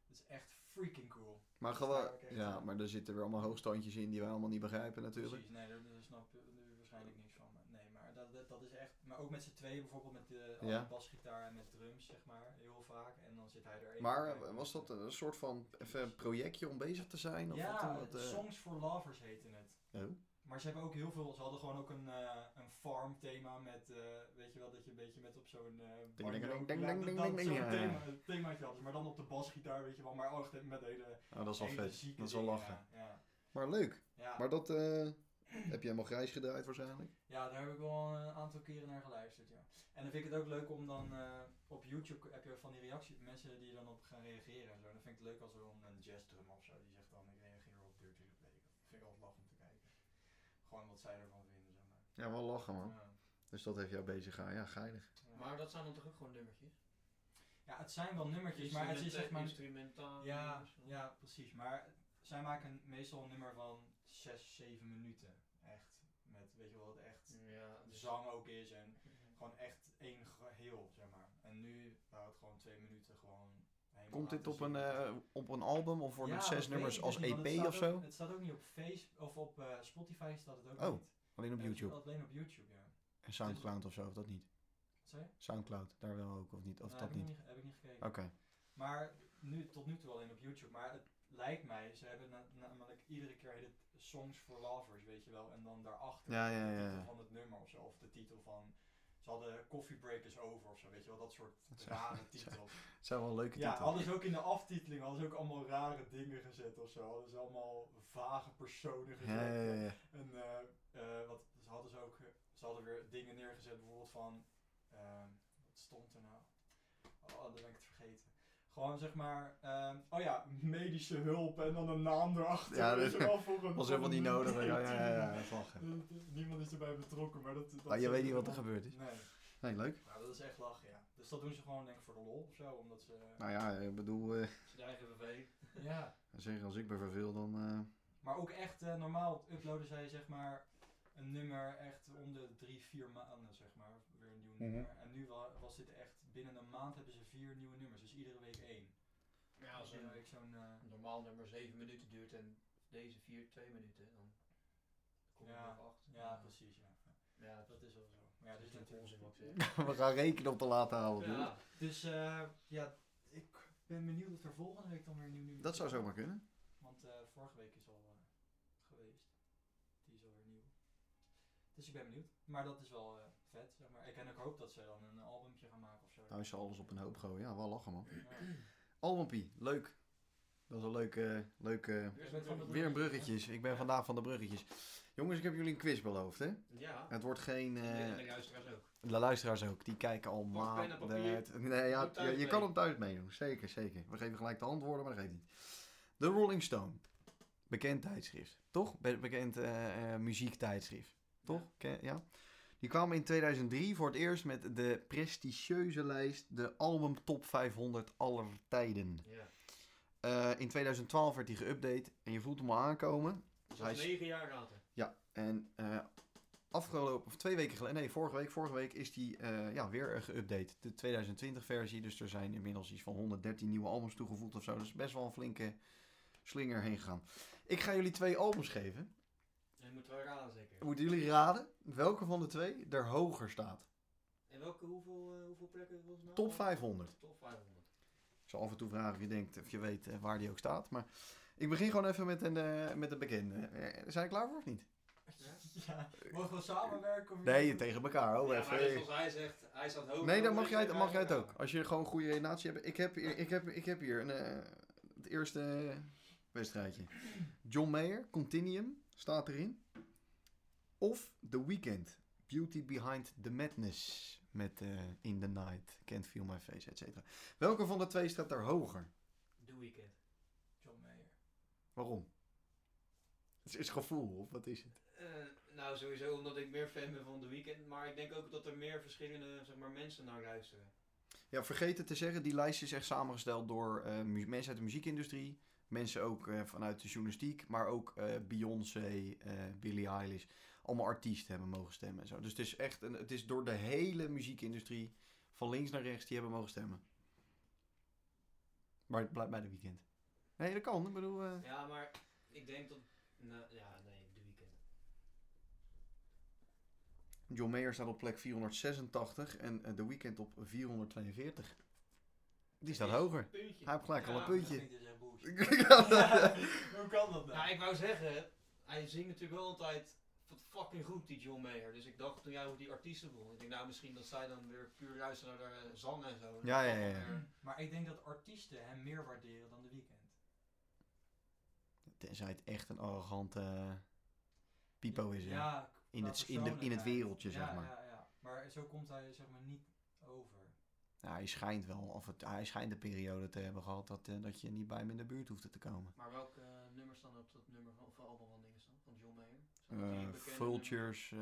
Speaker 4: Dat is echt freaking cool.
Speaker 2: maar
Speaker 4: dat snap
Speaker 2: gewoon.
Speaker 4: ik echt.
Speaker 2: Ja, maar daar zitten weer allemaal hoogstandjes in die wij allemaal niet begrijpen, natuurlijk.
Speaker 4: Precies, nee, daar, daar snap je er waarschijnlijk niks van. maar Nee, maar dat, dat, dat is echt. Maar ook met z'n tweeën bijvoorbeeld met de
Speaker 2: Ja.
Speaker 4: basgitaar en met drums, zeg maar, heel vaak. En dan zit hij er één
Speaker 2: Maar
Speaker 4: bij.
Speaker 2: eh, was dat een soort van even een projectje om bezig te zijn? Of wat,
Speaker 4: Ja,
Speaker 2: toen dat, eh,
Speaker 4: Songs for Lovers heette het.
Speaker 2: Oh.
Speaker 4: Maar ze hebben ook heel veel. Ze hadden gewoon ook een, eh, een farm thema met, eh, weet je wel, dat je een beetje met op zo'n eh,
Speaker 2: ding,
Speaker 4: banjo-
Speaker 2: ding, ding,
Speaker 4: ja, dat-
Speaker 2: ding, ding,
Speaker 4: dat
Speaker 2: ding,
Speaker 4: zo'n
Speaker 2: ja.
Speaker 4: thema, themaatje hadden ze, maar dan op de basgitaar, weet je wel. Maar ook met hele,
Speaker 2: oh, dat is wel
Speaker 4: hele
Speaker 2: vet.
Speaker 4: zieke
Speaker 2: Dat is wel
Speaker 4: dingen,
Speaker 2: lachen.
Speaker 4: Ja, ja.
Speaker 2: Maar leuk.
Speaker 4: Ja.
Speaker 2: Maar dat eh, heb je helemaal grijs gedraaid waarschijnlijk.
Speaker 4: Ja, daar heb ik wel een aantal keren naar geluisterd, ja. En dan vind ik het ook leuk om dan eh, op YouTube heb je van die reacties, mensen die dan op gaan reageren en zo. Dan vind ik het leuk als er dan een jazzdrummer of zo, die zegt dan ik reageer op Dirty Loop Lake. Dat vind ik altijd lachen om te kijken. Gewoon wat zij ervan vinden, zeg maar.
Speaker 2: Ja, wel lachen man.
Speaker 4: Ja,
Speaker 2: Dus dat heeft jou bezig gehouden. Ja, geinig.
Speaker 4: ja.
Speaker 3: Maar dat zijn dan toch ook gewoon nummertjes?
Speaker 4: ja, het zijn wel nummertjes, maar het is
Speaker 3: Instrumenten-
Speaker 4: zeg maar...
Speaker 3: Instrumentaal.
Speaker 4: Ja,
Speaker 3: nummers, dan.
Speaker 4: ja, precies. Maar zij maken meestal een nummer van 6, 7 minuten. Echt. Met, weet je wel, wat echt
Speaker 3: Ja,
Speaker 4: de
Speaker 3: dus-
Speaker 4: zang ook is en Gewoon echt één geheel, zeg maar. En nu wou het gewoon twee minuten gewoon helemaal
Speaker 2: Komt dit
Speaker 4: laten
Speaker 2: op een,
Speaker 4: zien.
Speaker 2: eh, op een album of worden
Speaker 4: Ja,
Speaker 2: het
Speaker 4: dat
Speaker 2: zes
Speaker 4: weet
Speaker 2: nummers
Speaker 4: ik
Speaker 2: als
Speaker 4: dus niet, want het
Speaker 2: EP of
Speaker 4: staat ook-
Speaker 2: zo?
Speaker 4: Het staat ook niet op Facebook of op eh, Spotify staat het ook
Speaker 2: Oh,
Speaker 4: niet.
Speaker 2: Alleen op
Speaker 4: Het is
Speaker 2: YouTube.
Speaker 4: Alleen op YouTube, ja.
Speaker 2: En Soundcloud of zo, of dat niet?
Speaker 4: Wat zei je?
Speaker 2: Soundcloud, daar wel ook, of niet? Of
Speaker 4: Nou, heb
Speaker 2: dat
Speaker 4: ik
Speaker 2: niet?
Speaker 4: nog Heb ik niet gekeken.
Speaker 2: Oké.
Speaker 4: Maar nu, tot nu toe alleen op YouTube. Maar het lijkt mij, ze hebben na- namelijk iedere keer heet het Songs for Lovers, weet je wel. En dan daarachter
Speaker 2: Ja, ja,
Speaker 4: de
Speaker 2: ja,
Speaker 4: titel
Speaker 2: ja.
Speaker 4: van het nummer of zo. Of de titel van... Ze hadden Coffee Break is Over of zo, weet je wel. Dat
Speaker 2: (laughs)
Speaker 4: soort
Speaker 2: zou-
Speaker 4: rare
Speaker 2: zou-
Speaker 4: titels.
Speaker 2: Het zijn wel een leuke
Speaker 4: Ja,
Speaker 2: titel.
Speaker 4: hadden ze ook in de aftiteling hadden ze ook allemaal rare dingen gezet of zo. Hadden ze allemaal vage personen gezet.
Speaker 2: Ja, ja, ja, ja.
Speaker 4: En eh, eh, wat, ze hadden ze ook, eh, ze hadden weer dingen neergezet, bijvoorbeeld van, ehm, wat stond er nou? Oh, dan ben ik het vergeten. Gewoon zeg maar, ehm, oh ja, medische hulp en dan een naam erachter. (laughs)
Speaker 2: Ja,
Speaker 4: weet
Speaker 2: dat
Speaker 4: je wel, voor een-
Speaker 2: (laughs) was helemaal
Speaker 4: voor
Speaker 2: niet
Speaker 4: een-
Speaker 2: nodig. Ja, ja, ja, ja.
Speaker 4: (laughs)
Speaker 2: dat is lachen.
Speaker 4: Niemand is erbij betrokken, maar dat... dat
Speaker 2: Ah, je weet niet wat er gebeurd is.
Speaker 4: Nee,
Speaker 2: Nee, leuk.
Speaker 4: maar Nou, dat is echt lachen, ja. Dus dat doen ze gewoon denk ik voor de lol of zo, omdat ze...
Speaker 2: Nou ja, ik bedoel, eh,
Speaker 3: Ze eigen BV.
Speaker 4: ja.
Speaker 2: zeg, als ik me verveel, dan... eh, (laughs)
Speaker 4: Maar ook echt, eh, normaal uploaden zij zeg maar een nummer echt om de drie, vier maanden zeg maar, weer een nieuw
Speaker 2: Mhm.
Speaker 4: nummer. En nu wa- was dit echt, binnen een maand hebben ze vier nieuwe nummers, dus iedere week één. Dus
Speaker 3: Ja, als
Speaker 4: iedere
Speaker 3: een
Speaker 4: week zo'n... eh,
Speaker 3: normaal nummer 7 minuten duurt en deze 4 2 minuten, dan komt
Speaker 4: Ja,
Speaker 3: er nog 8.
Speaker 4: ja, precies, ja.
Speaker 3: Ja, dat
Speaker 4: Dat is wel zo. Maar ja,
Speaker 3: dat
Speaker 4: dus
Speaker 3: is natuurlijk onzin wat ik zeg.
Speaker 2: we gaan rekenen op te laten houden. dude.
Speaker 3: Ja,
Speaker 4: (laughs) Dus eh, ja, ik ben benieuwd of er volgende week dan weer een nieuw nummer
Speaker 2: Dat zou
Speaker 4: komt.
Speaker 2: zomaar kunnen.
Speaker 4: Want eh, vorige week is al eh, geweest. Die is alweer nieuw. Dus ik ben benieuwd. Maar dat is wel eh, vet, zeg maar. Ik, en ik hoop dat ze dan een albumtje gaan maken of zo.
Speaker 2: Nou is ze alles op een hoop gooien. Ja, wel lachen, man.
Speaker 4: Ja.
Speaker 2: Albumpie, leuk. Dat is een leuk, eh, leuk... eh,
Speaker 3: Weer
Speaker 4: bent van de
Speaker 2: Weer een bruggetjes. Ik ben vandaag van de bruggetjes. Jongens, ik heb jullie een quiz beloofd, hè?
Speaker 3: ja.
Speaker 2: Het wordt geen... eh,
Speaker 3: en de luisteraars ook.
Speaker 2: De luisteraars ook, die kijken al
Speaker 3: Pak pen en papier.
Speaker 2: maanden. Nee, ja,
Speaker 3: Doe thuis
Speaker 2: je, je
Speaker 3: mee.
Speaker 2: kan hem thuis meedoen. Zeker, zeker. We geven gelijk de antwoorden, maar dat geeft niet. The Rolling Stone. Bekend tijdschrift, toch? Be- bekend eh, eh, muziektijdschrift, toch? Ken- ja. Die kwamen in 2003 voor het eerst met de prestigieuze lijst de album Top 500 aller tijden.
Speaker 3: Ja.
Speaker 2: Eh, in 2012 werd die geüpdate en je voelt hem al aankomen.
Speaker 3: Dus
Speaker 2: Hij
Speaker 3: dat
Speaker 2: is-
Speaker 3: is 9 jaar later.
Speaker 2: En eh, afgelopen, of twee weken geleden, nee, vorige week, vorige week is die eh, ja, weer eh, geüpdate. De 2020 versie, dus er zijn inmiddels iets van 113 nieuwe albums toegevoegd of zo. Dus best wel een flinke slinger heen gegaan. Ik ga jullie twee albums geven.
Speaker 3: En je moet wel raden zeker.
Speaker 2: Moeten jullie raden welke van de twee er hoger staat?
Speaker 3: En welke, hoeveel, eh, hoeveel plekken volgens mij?
Speaker 2: Top 500.
Speaker 3: Top 500.
Speaker 2: Ik zal af en toe vragen of je denkt, of je weet eh, waar die ook staat. Maar ik begin gewoon even met een, eh, met een bekende. Eh, Zijn we klaar voor of niet?
Speaker 4: Ja. Mogen we samenwerken? Of
Speaker 2: Nee, tegen elkaar. Oh,
Speaker 3: ja, maar dus
Speaker 2: even.
Speaker 3: als hij zegt, hij staat hoog.
Speaker 2: Nee, dan
Speaker 3: moet
Speaker 2: mag
Speaker 3: ik
Speaker 2: jij, dan
Speaker 3: zeggen,
Speaker 2: mag jij het
Speaker 3: nou,
Speaker 2: ook. Als je gewoon een goede relatie hebt. Ik heb, hier- ik heb, ik heb hier een, eh, het eerste wedstrijdje. John Mayer, Continuum, staat erin. Of The Weeknd, Beauty Behind the Madness. Met eh, In the Night, Can't Feel My Face, et cetera. Welke van de twee staat daar hoger?
Speaker 3: The Weeknd.
Speaker 4: John Mayer.
Speaker 2: Waarom? Het is, is gevoel, of wat is het?
Speaker 3: Eh, nou, sowieso omdat ik meer fan ben van The Weeknd. Maar ik denk ook dat er meer verschillende zeg maar, mensen naar luisteren.
Speaker 2: Ja, vergeet het te zeggen, die lijst is echt samengesteld door eh, mu- mensen uit de muziekindustrie. Mensen ook eh, vanuit de journalistiek, maar ook eh, Beyoncé, eh Billie Eilish. Allemaal artiesten hebben mogen stemmen en zo. Dus het is echt een, het is door de hele muziekindustrie, van links naar rechts, die hebben mogen stemmen. Maar het blijft bij de weekend. Nee, dat kan. Ik bedoel, eh,
Speaker 3: Ja, maar ik denk dat. Nou, ja, nee, The Weeknd.
Speaker 2: John Mayer staat op plek 486 en eh, The Weeknd op 442. Die staat hoger.
Speaker 3: Puntje.
Speaker 2: Hij heeft gelijk al
Speaker 3: Ja,
Speaker 2: een
Speaker 4: Dat
Speaker 2: puntje.
Speaker 4: vind ik dus echt
Speaker 2: (laughs)
Speaker 4: bullshit. (laughs) Hoe kan dat nou?
Speaker 3: Nou, ik wou zeggen, hij zingt natuurlijk wel altijd wat fucking goed, die John Mayer. Dus ik dacht toen jij over die artiesten begon. Ik denk, nou, misschien dat zij dan weer puur luisteren naar de zang en zo. eh,
Speaker 2: Ja, ja, ja, ja.
Speaker 4: Maar ik denk dat artiesten hem meer waarderen dan de weekend.
Speaker 2: Tenzij het echt een arrogante eh, pipo is. hè.
Speaker 4: Ja, qua
Speaker 2: In het- in de- in het wereldje,
Speaker 4: persoonlijkheid.
Speaker 2: zeg maar.
Speaker 4: eh, Ja, ja, ja. Maar zo komt hij zeg maar niet over.
Speaker 2: Nou, hij schijnt wel, of het, hij schijnt de periode te hebben gehad dat, eh, dat je niet bij hem in de buurt hoefde te komen.
Speaker 3: Maar welke eh, nummers staan op dat nummer van, van album van dingen staan? Van John Mayer? Zijn dat die
Speaker 2: Eh
Speaker 3: bekende
Speaker 2: Vultures, eh,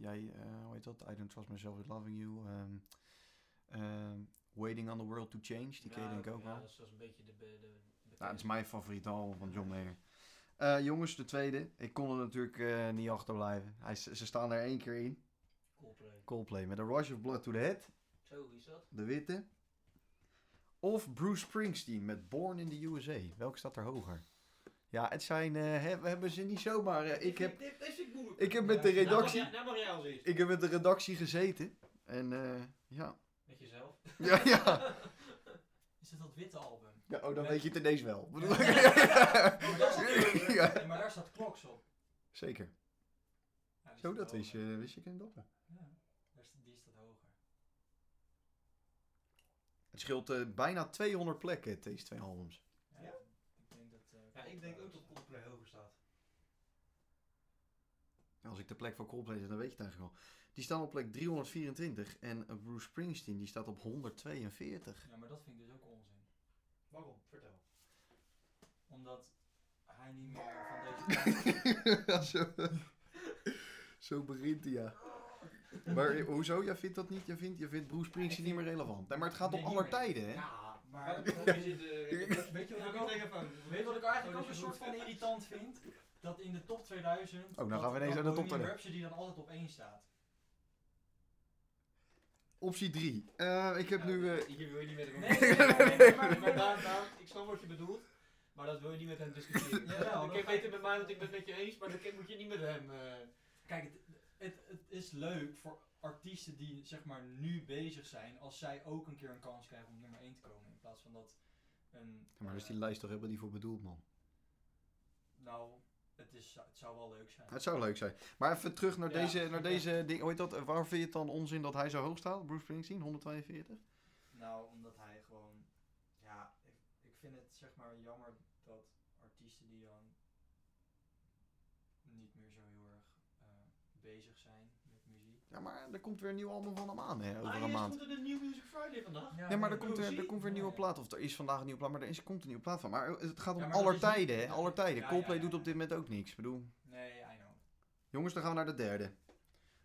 Speaker 2: jij, eh, hoe heet dat? I Don't Trust Myself With Loving You. ehm, ehm, Waiting on the World to Change, die ken je
Speaker 3: Ja,
Speaker 2: denk ik ook
Speaker 3: ja,
Speaker 2: wel.
Speaker 3: dat is, dat is een beetje de... be- de bekende.
Speaker 2: Nou, het is mijn favoriet album van John Mayer. Eh, jongens, de tweede. Ik kon er natuurlijk eh, niet achterblijven. Hij, ze ze staan er één keer in.
Speaker 3: Coldplay.
Speaker 2: Coldplay met een rush of blood to the head.
Speaker 3: Zo, wie is dat?
Speaker 2: De Witte. Of Bruce Springsteen met Born in the USA. Welke staat er hoger? Ja, het zijn... eh, he- we hebben ze niet zomaar... eh, ik, heb,
Speaker 3: Dit, dit is ik moeilijk.
Speaker 2: ik heb met de
Speaker 3: Nou mag,
Speaker 2: redactie...
Speaker 3: jij, nou mag jij als eerst.
Speaker 2: Ik heb met de redactie gezeten. En eh, ja. (laughs)
Speaker 3: Met jezelf.
Speaker 2: Ja, ja.
Speaker 4: Is het dat witte album?
Speaker 2: ja. Oh, dan weet je het ineens wel. Bedoel- (laughs)
Speaker 4: Maar daar staat,
Speaker 2: Ja.
Speaker 4: Nee, maar daar staat Clocks op.
Speaker 2: Zeker.
Speaker 4: Ja, die
Speaker 2: Zo,
Speaker 4: staat
Speaker 2: dat wist
Speaker 4: hoger.
Speaker 2: je, wist je geen doppen.
Speaker 4: Ja, daar staat- die staat hoger.
Speaker 2: Het scheelt eh, bijna 200 plekken, deze twee albums.
Speaker 3: Ja?
Speaker 4: Ik denk dat... eh,
Speaker 3: Ja, ik denk ook dat Coldplay hoger staat.
Speaker 2: Als ik de plek van Coldplay zet, dan weet je het eigenlijk al. Die staan op plek 324. En eh, Bruce Springsteen, die staat op 142.
Speaker 4: Ja, maar dat vind ik dus ook onzin.
Speaker 3: Waarom? Vertel.
Speaker 4: Omdat hij niet meer van deze tijd is.
Speaker 2: Ja, (laughs) zo, zo begint hij, ja. Maar eh, hoezo? Jij vindt dat niet? Jij vindt, jij vindt Bruce Springsteen niet meer relevant. Nee, maar het gaat
Speaker 4: Nee,
Speaker 2: om
Speaker 4: niet
Speaker 2: aller
Speaker 4: meer.
Speaker 2: tijden, hè?
Speaker 3: Ja,
Speaker 4: maar- (laughs) eh, Weet je wat ik ook- Weet je wat ik eigenlijk ook een soort van irritant vind? Dat in de top 2000...
Speaker 2: nou
Speaker 4: dat-
Speaker 2: gaan we ineens
Speaker 4: dat
Speaker 2: naar de top
Speaker 4: Bohemian
Speaker 2: 20.
Speaker 4: Rhapsody dan altijd op één staat.
Speaker 2: Optie 3. ik heb nu... eh,
Speaker 3: Hier wil je niet met hem...
Speaker 4: Nee, nee, nee, nee, maar-
Speaker 3: Maar Daan, Daan, ik snap wat je bedoelt, maar dat wil je niet met hem discussiëren. (laughs)
Speaker 4: Jawel,
Speaker 3: Ja,
Speaker 4: dan
Speaker 3: ik
Speaker 4: ga
Speaker 3: weet
Speaker 4: ik-
Speaker 3: beter met mij dat ik ben het met je eens, maar dat moet je niet met hem. eh.
Speaker 4: Kijk, het, het, het is leuk voor artiesten die zeg maar nu bezig zijn, als zij ook een keer een kans krijgen om nummer 1 te komen. In plaats van dat een.
Speaker 2: Ja, maar dat is
Speaker 4: eh,
Speaker 2: die lijst toch helemaal niet voor bedoeld, man.
Speaker 4: Nou, het, is, het zou wel leuk zijn.
Speaker 2: Het zou leuk zijn. Maar even terug naar
Speaker 4: Ja,
Speaker 2: deze, naar
Speaker 4: oké.
Speaker 2: deze ding. Hoe heet dat? Eh, Waarom vind je het dan onzin dat hij zo hoog staat? Bruce Springsteen, 142?
Speaker 4: Nou, omdat hij gewoon. Ja, ik, ik vind het zeg maar jammer dat artiesten die dan niet meer zo heel erg eh, bezig zijn met muziek.
Speaker 2: Ja, maar er komt weer een nieuw album van hem aan, hè? Over
Speaker 3: Ah,
Speaker 2: een
Speaker 3: yes,
Speaker 2: maand.
Speaker 3: komt er een New Music Friday vandaag.
Speaker 2: Ja, maar er komt,
Speaker 3: weer-
Speaker 2: er, er komt weer een nieuwe
Speaker 4: Ja, ja.
Speaker 2: plaat. Of er is vandaag een nieuwe plaat, maar er is, komt een nieuwe plaat van. Maar het gaat om
Speaker 4: Ja, maar dat
Speaker 2: aller
Speaker 4: is niet-
Speaker 2: tijden, hè? Aller tijden.
Speaker 4: Ja,
Speaker 2: Coldplay
Speaker 4: ja, ja.
Speaker 2: doet op dit moment ook niks. Ik bedoel...
Speaker 4: Nee, I know.
Speaker 2: Jongens, dan gaan we naar de derde.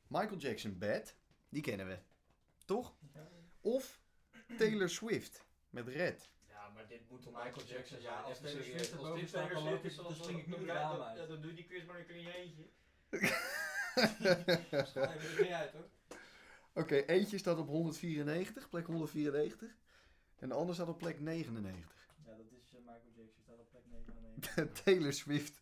Speaker 2: Michael Jackson, Bad. Die kennen we. Toch? Of Taylor Swift met Red. (laughs)
Speaker 3: Ja, maar dit moet om
Speaker 4: Michael
Speaker 3: Michael
Speaker 4: Jackson
Speaker 3: Jackson zijn.
Speaker 4: zijn. Als
Speaker 3: Even
Speaker 4: Taylor
Speaker 3: serieus.
Speaker 4: Swift
Speaker 3: Als
Speaker 4: erboven
Speaker 3: dit
Speaker 4: staat,
Speaker 3: Taylor
Speaker 4: dan
Speaker 3: Swift
Speaker 4: loop
Speaker 3: is,
Speaker 4: ik-
Speaker 3: dan
Speaker 4: dan spring ik nu
Speaker 3: dan-
Speaker 4: het raam
Speaker 3: dan-
Speaker 4: uit.
Speaker 3: ja, Dan doe die quiz maar een je
Speaker 2: (laughs)
Speaker 3: eentje. Schrijf er niet uit hoor.
Speaker 2: Oké, eentje staat op 194, plek 194. En de ander staat op plek (laughs) 99.
Speaker 4: Ja, dat eh, is Michael Jackson, staat op plek 99.
Speaker 2: Taylor Swift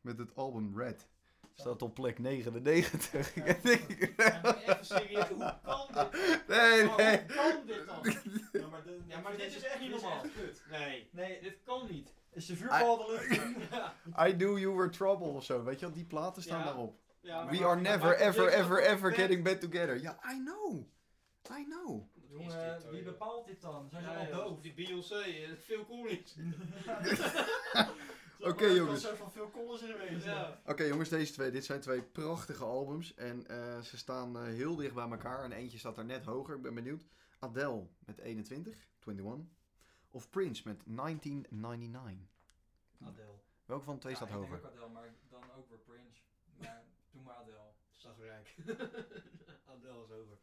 Speaker 2: met het album Red. Staat op plek 99.
Speaker 4: Ja.
Speaker 3: Even serieus, hoe kan dit?
Speaker 2: (laughs) nee,
Speaker 3: Maar
Speaker 2: nee.
Speaker 3: Hoe kan
Speaker 2: (laughs)
Speaker 3: dit dan?
Speaker 1: Ja, maar, dit,
Speaker 3: Ja, maar dit is echt niet normaal.
Speaker 4: kut.
Speaker 3: Nee.
Speaker 4: Nee, dit kan
Speaker 3: (laughs)
Speaker 4: niet. Is de vuurbal de lucht (laughs) in?
Speaker 3: Ja,
Speaker 2: I knew you were trouble of zo. Weet je wel, die platen staan
Speaker 3: Ja.
Speaker 2: daarop.
Speaker 3: ja, maar
Speaker 2: We
Speaker 3: dat
Speaker 2: are
Speaker 3: maakt
Speaker 2: never,
Speaker 3: niet
Speaker 2: ever,
Speaker 3: uit.
Speaker 2: ever, ever
Speaker 3: Bed.
Speaker 2: getting back together. Ja, I know. I know.
Speaker 3: Wat is dit,
Speaker 4: Jongen,
Speaker 3: hoor,
Speaker 4: wie
Speaker 3: joh?
Speaker 4: bepaalt dit dan? Zijn ze
Speaker 3: Ja,
Speaker 4: allemaal
Speaker 3: joh,
Speaker 4: doof?
Speaker 3: Die Beyoncé, veel eh, Collins.
Speaker 2: Oké, jongens.
Speaker 4: Er van veel Collins in wezen.
Speaker 3: Ja.
Speaker 2: Oké jongens, deze twee. Dit zijn twee prachtige albums. En eh, ze staan eh, heel dicht bij elkaar. En eentje staat daar net hoger. Ik ben benieuwd. Adele met 21, 21. Of Prince met 1999.
Speaker 4: Adele.
Speaker 2: Welke van de twee
Speaker 4: Ja,
Speaker 2: staat
Speaker 4: ik
Speaker 2: hoger?
Speaker 4: denk ook Adele, maar dan ook weer Prince. Maar doe maar Adele.
Speaker 3: Zagrijk. (laughs) Adele is over.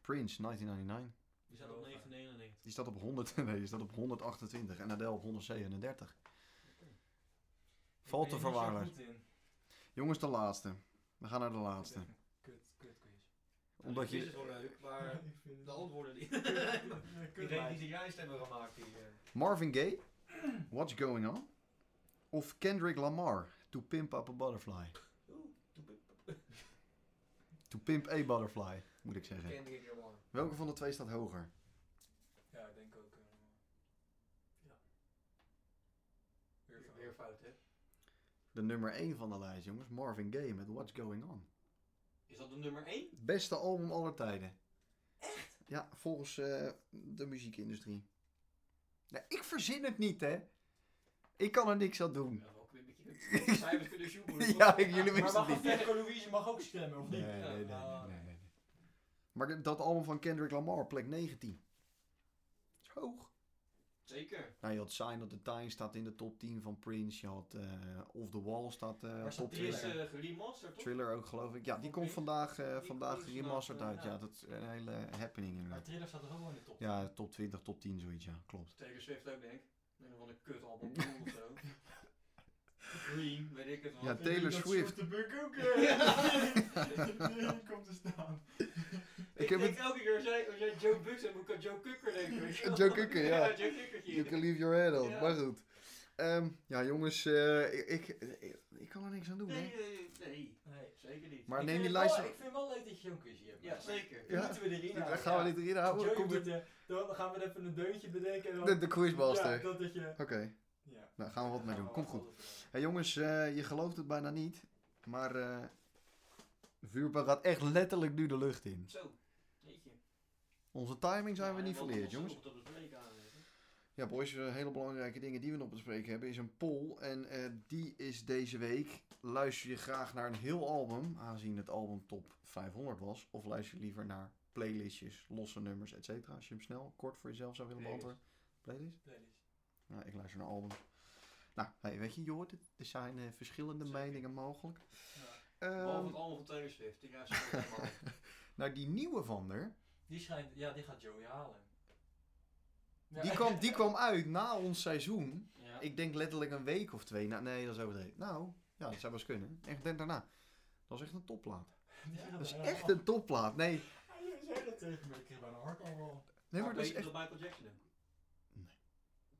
Speaker 2: Prince, 1999.
Speaker 3: Die staat op 999.
Speaker 2: Die staat op, 100, (laughs) nee, die staat op 128. En Adele op 137. Valt te verwaarlozen. Jongens, de laatste. We gaan naar de laatste.
Speaker 4: Kut, kut quiz.
Speaker 2: Omdat
Speaker 3: Dit
Speaker 2: je...
Speaker 3: is wel leuk, (laughs) maar de antwoorden die... Iedereen die
Speaker 4: Kut
Speaker 3: die lijst hebben gemaakt die... eh,
Speaker 2: Marvin Gaye, What's Going On? Of Kendrick Lamar, To Pimp Up a Butterfly.
Speaker 3: Oeh, doe pip.
Speaker 2: To Pimp a Butterfly, moet ik zeggen.
Speaker 3: Kendrick Lamar.
Speaker 2: Welke van de twee staat hoger?
Speaker 4: Ja, ik denk ook. eh, ja. Weer van-
Speaker 3: Weer fout, hè?
Speaker 2: De nummer 1 van de lijst, jongens. Marvin Gaye met What's Going On.
Speaker 3: Is dat de nummer 1?
Speaker 2: Het beste album aller tijden. Echt? Ja, volgens eh, de muziekindustrie. Nou, ik verzin het niet, hè. Ik kan er niks aan doen.
Speaker 3: Ja, wel een
Speaker 2: (laughs)
Speaker 3: beetje cijfers kunnen sjoemelen.
Speaker 2: Ja, ik- jullie
Speaker 4: Maar
Speaker 2: wisten
Speaker 4: wacht,
Speaker 2: het niet.
Speaker 4: Femke Louise mag ook stemmen, of niet? Ja. Ah,
Speaker 2: nee. Maar dat album van Kendrick Lamar, plek 19. Is hoog.
Speaker 3: Zeker.
Speaker 2: Nou, je had Sign of the Times staat in de top 10 van Prince. Je had eh, Off the Wall staat eh,
Speaker 4: Waar staat
Speaker 2: top
Speaker 3: Die
Speaker 2: 10.
Speaker 3: is
Speaker 4: Thriller.
Speaker 3: eh geremasterd, toch?
Speaker 2: Thriller ook, geloof ik. Ja, die
Speaker 3: Van
Speaker 2: komt
Speaker 3: Prince?
Speaker 2: vandaag, eh,
Speaker 3: Die
Speaker 2: vandaag
Speaker 3: komt
Speaker 2: geremasterd
Speaker 3: vandaag,
Speaker 2: uit. Ja,
Speaker 3: ja.
Speaker 2: dat is een hele happening
Speaker 4: Maar
Speaker 2: inderdaad.
Speaker 4: Thriller staat er ook wel in de top.
Speaker 2: Ja, top 20, top 10, zoiets, ja. Klopt.
Speaker 3: Taylor Swift ook, denk ik. Een van de kut
Speaker 2: (laughs)
Speaker 3: album Blue of zo. Green, weet ik het wel.
Speaker 2: Ja, Taylor Swift.
Speaker 1: de Buck ook
Speaker 3: (laughs)
Speaker 1: komt te staan.
Speaker 2: Ik
Speaker 3: Ik
Speaker 2: heb
Speaker 3: denk
Speaker 2: het...
Speaker 3: elke keer als jij, als jij Joe Buck zegt, moet ik aan Joe Kukker denken. weet je wel.
Speaker 2: Joe Cocker, ja.
Speaker 3: (laughs) Ja, Joe Kukkertje.
Speaker 2: You can leave your head on,
Speaker 3: Ja.
Speaker 2: maar goed. Ehm, ja, jongens, eh, ik, ik, ik kan er niks aan doen, hè.
Speaker 3: Nee, nee, nee,
Speaker 4: Nee.
Speaker 3: zeker niet.
Speaker 2: Maar
Speaker 4: Ik
Speaker 2: neem
Speaker 4: vind het
Speaker 2: die lijst...
Speaker 4: wel- Ik vind het wel leuk dat je zo'n quizje hebt.
Speaker 3: Ja, zeker.
Speaker 2: Ja.
Speaker 4: Ja. Moeten we erin
Speaker 2: Dan
Speaker 4: houden,
Speaker 2: gaan we
Speaker 4: ja.
Speaker 2: dit erin houden.
Speaker 4: Joey
Speaker 2: Komt
Speaker 4: moet,
Speaker 2: de,
Speaker 4: eh, dan gaan we even een deuntje bedenken. en dan-
Speaker 2: de, de quizmaster.
Speaker 4: Ja, dat dat je...
Speaker 2: Oké,
Speaker 4: Ja.
Speaker 2: nou gaan we wat mee doen. Komt goed.
Speaker 4: goed.
Speaker 2: Hey jongens, eh, je gelooft het bijna niet, maar eh de vuurpijl gaat echt letterlijk nu de lucht in.
Speaker 3: Zo, weet je.
Speaker 2: Onze timing zijn we
Speaker 3: Ja,
Speaker 2: niet
Speaker 3: en wat
Speaker 2: verleerd,
Speaker 3: ons
Speaker 2: jongens.
Speaker 3: op dat bespreken aanwezig.
Speaker 2: Ja boys, eh, hele belangrijke dingen die we nog bespreken hebben is een poll en eh, die is deze week. Luister je graag naar een heel album, aangezien het album top 500 was, of luister je liever naar playlistjes, losse nummers, et cetera, als je hem snel, kort voor jezelf zou willen
Speaker 3: Playlist.
Speaker 2: beantwoorden. Playlist? Nou, ik luister naar albums. Nou, hey, weet je, je hoort het. Er zijn eh, verschillende
Speaker 3: Zeker.
Speaker 2: meningen mogelijk.
Speaker 3: Behalve
Speaker 2: Ehm, (laughs)
Speaker 3: het allemaal van Taylor Swift. Die luistert ook helemaal.
Speaker 2: Nou, die nieuwe van er,
Speaker 4: Die schijnt... Ja, die gaat Joey halen. Ja.
Speaker 2: die kwam, die kwam uit na ons seizoen.
Speaker 3: Ja.
Speaker 2: Ik denk letterlijk een week of twee. Na, nee, dat is overdreven. Nou, ja, dat zou wel eens kunnen. Echt net daarna. Dat is echt een topplaat.
Speaker 4: (laughs) Die gaat
Speaker 2: Dat is
Speaker 4: bijna-
Speaker 2: echt een topplaat. Nee,
Speaker 4: Hij zei dat tegen me. Ik kreeg bijna hartaanval.
Speaker 2: nee maar dat is
Speaker 3: weet
Speaker 2: echt...
Speaker 3: je dat Michael Jackson hem?
Speaker 2: Nee.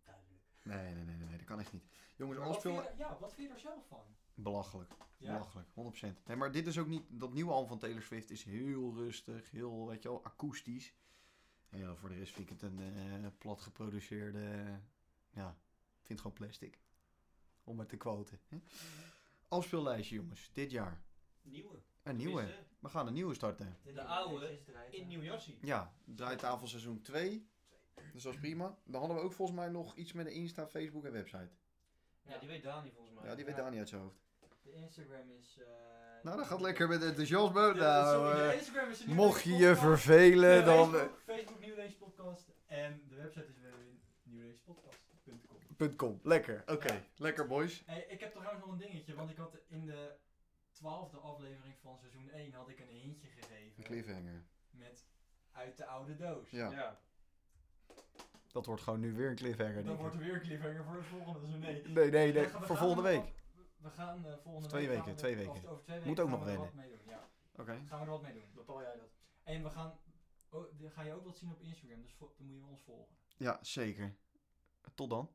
Speaker 3: Duidelijk.
Speaker 2: Nee, nee, nee, nee, nee, dat kan echt niet. Jongens,
Speaker 4: Maar
Speaker 2: als
Speaker 4: Wat vind
Speaker 2: veel...
Speaker 4: je er- Ja, wat vind je er zelf van?
Speaker 2: Belachelijk.
Speaker 4: Ja.
Speaker 2: Belachelijk, 100%. Nee, maar dit is ook niet... Dat nieuwe album van Taylor Swift is heel rustig. Heel, weet je wel, akoestisch. En ja, voor de rest vind ik het een eh, plat geproduceerde... ja, ik vind het gewoon plastic. Om het te quoten. hè. Afspeellijstje, jongens. Dit jaar.
Speaker 3: Nieuwe.
Speaker 2: Een nieuwe.
Speaker 3: Tenminste,
Speaker 2: We gaan een nieuwe starten.
Speaker 3: De oude In New Jersey.
Speaker 2: Ja, draaitafel seizoen 2. Dus dat is prima. Dan hadden we ook volgens mij nog iets met een Insta, Facebook en website.
Speaker 3: Ja, die weet Dani volgens mij.
Speaker 2: Ja, die weet
Speaker 4: Ja.
Speaker 2: daar niet uit zijn hoofd.
Speaker 4: De Instagram is... eh,
Speaker 2: Nou, dat gaat lekker met enthousiasme.
Speaker 4: De- sorry,
Speaker 2: Nou,
Speaker 4: de
Speaker 2: eh,
Speaker 4: Instagram is een New
Speaker 2: mocht je
Speaker 4: Age
Speaker 2: je
Speaker 4: podcast.
Speaker 2: vervelen,
Speaker 4: Nee,
Speaker 2: dan...
Speaker 4: Facebook, Facebook New Age Podcast. En de website is www.newagepodcast.com.
Speaker 2: Punt .com. Lekker. Oké.
Speaker 4: Ja.
Speaker 2: Lekker, boys.
Speaker 4: Hey, ik heb trouwens nog een dingetje, want ik had in de twaalfde aflevering van seizoen 1 had ik een hintje gegeven
Speaker 2: Een cliffhanger.
Speaker 4: met uit de oude doos.
Speaker 2: Ja. Dat wordt gewoon nu weer een cliffhanger,
Speaker 4: Dan
Speaker 2: denk
Speaker 4: wordt
Speaker 2: ik.
Speaker 4: er weer een cliffhanger voor het volgende seizoen. Nee,
Speaker 2: Nee, nee,
Speaker 4: We
Speaker 2: nee.
Speaker 4: gaan- we
Speaker 2: Voor
Speaker 4: gaan
Speaker 2: volgende
Speaker 4: er
Speaker 2: week.
Speaker 4: nog- We gaan eh, volgende
Speaker 2: twee
Speaker 4: week
Speaker 2: weken,
Speaker 4: gaan we-
Speaker 2: twee
Speaker 4: of
Speaker 2: weken.
Speaker 4: over twee weken.
Speaker 2: Moet ook
Speaker 4: gaan
Speaker 2: nog
Speaker 4: we er wat mee doen, ja.
Speaker 2: Oké.
Speaker 4: Gaan we er wat mee doen.
Speaker 3: Bepaal jij dat?
Speaker 4: En we gaan, oh, dan ga je ook wat zien op Instagram, dus vo- dan moet je ons volgen.
Speaker 2: Ja, zeker. Tot dan.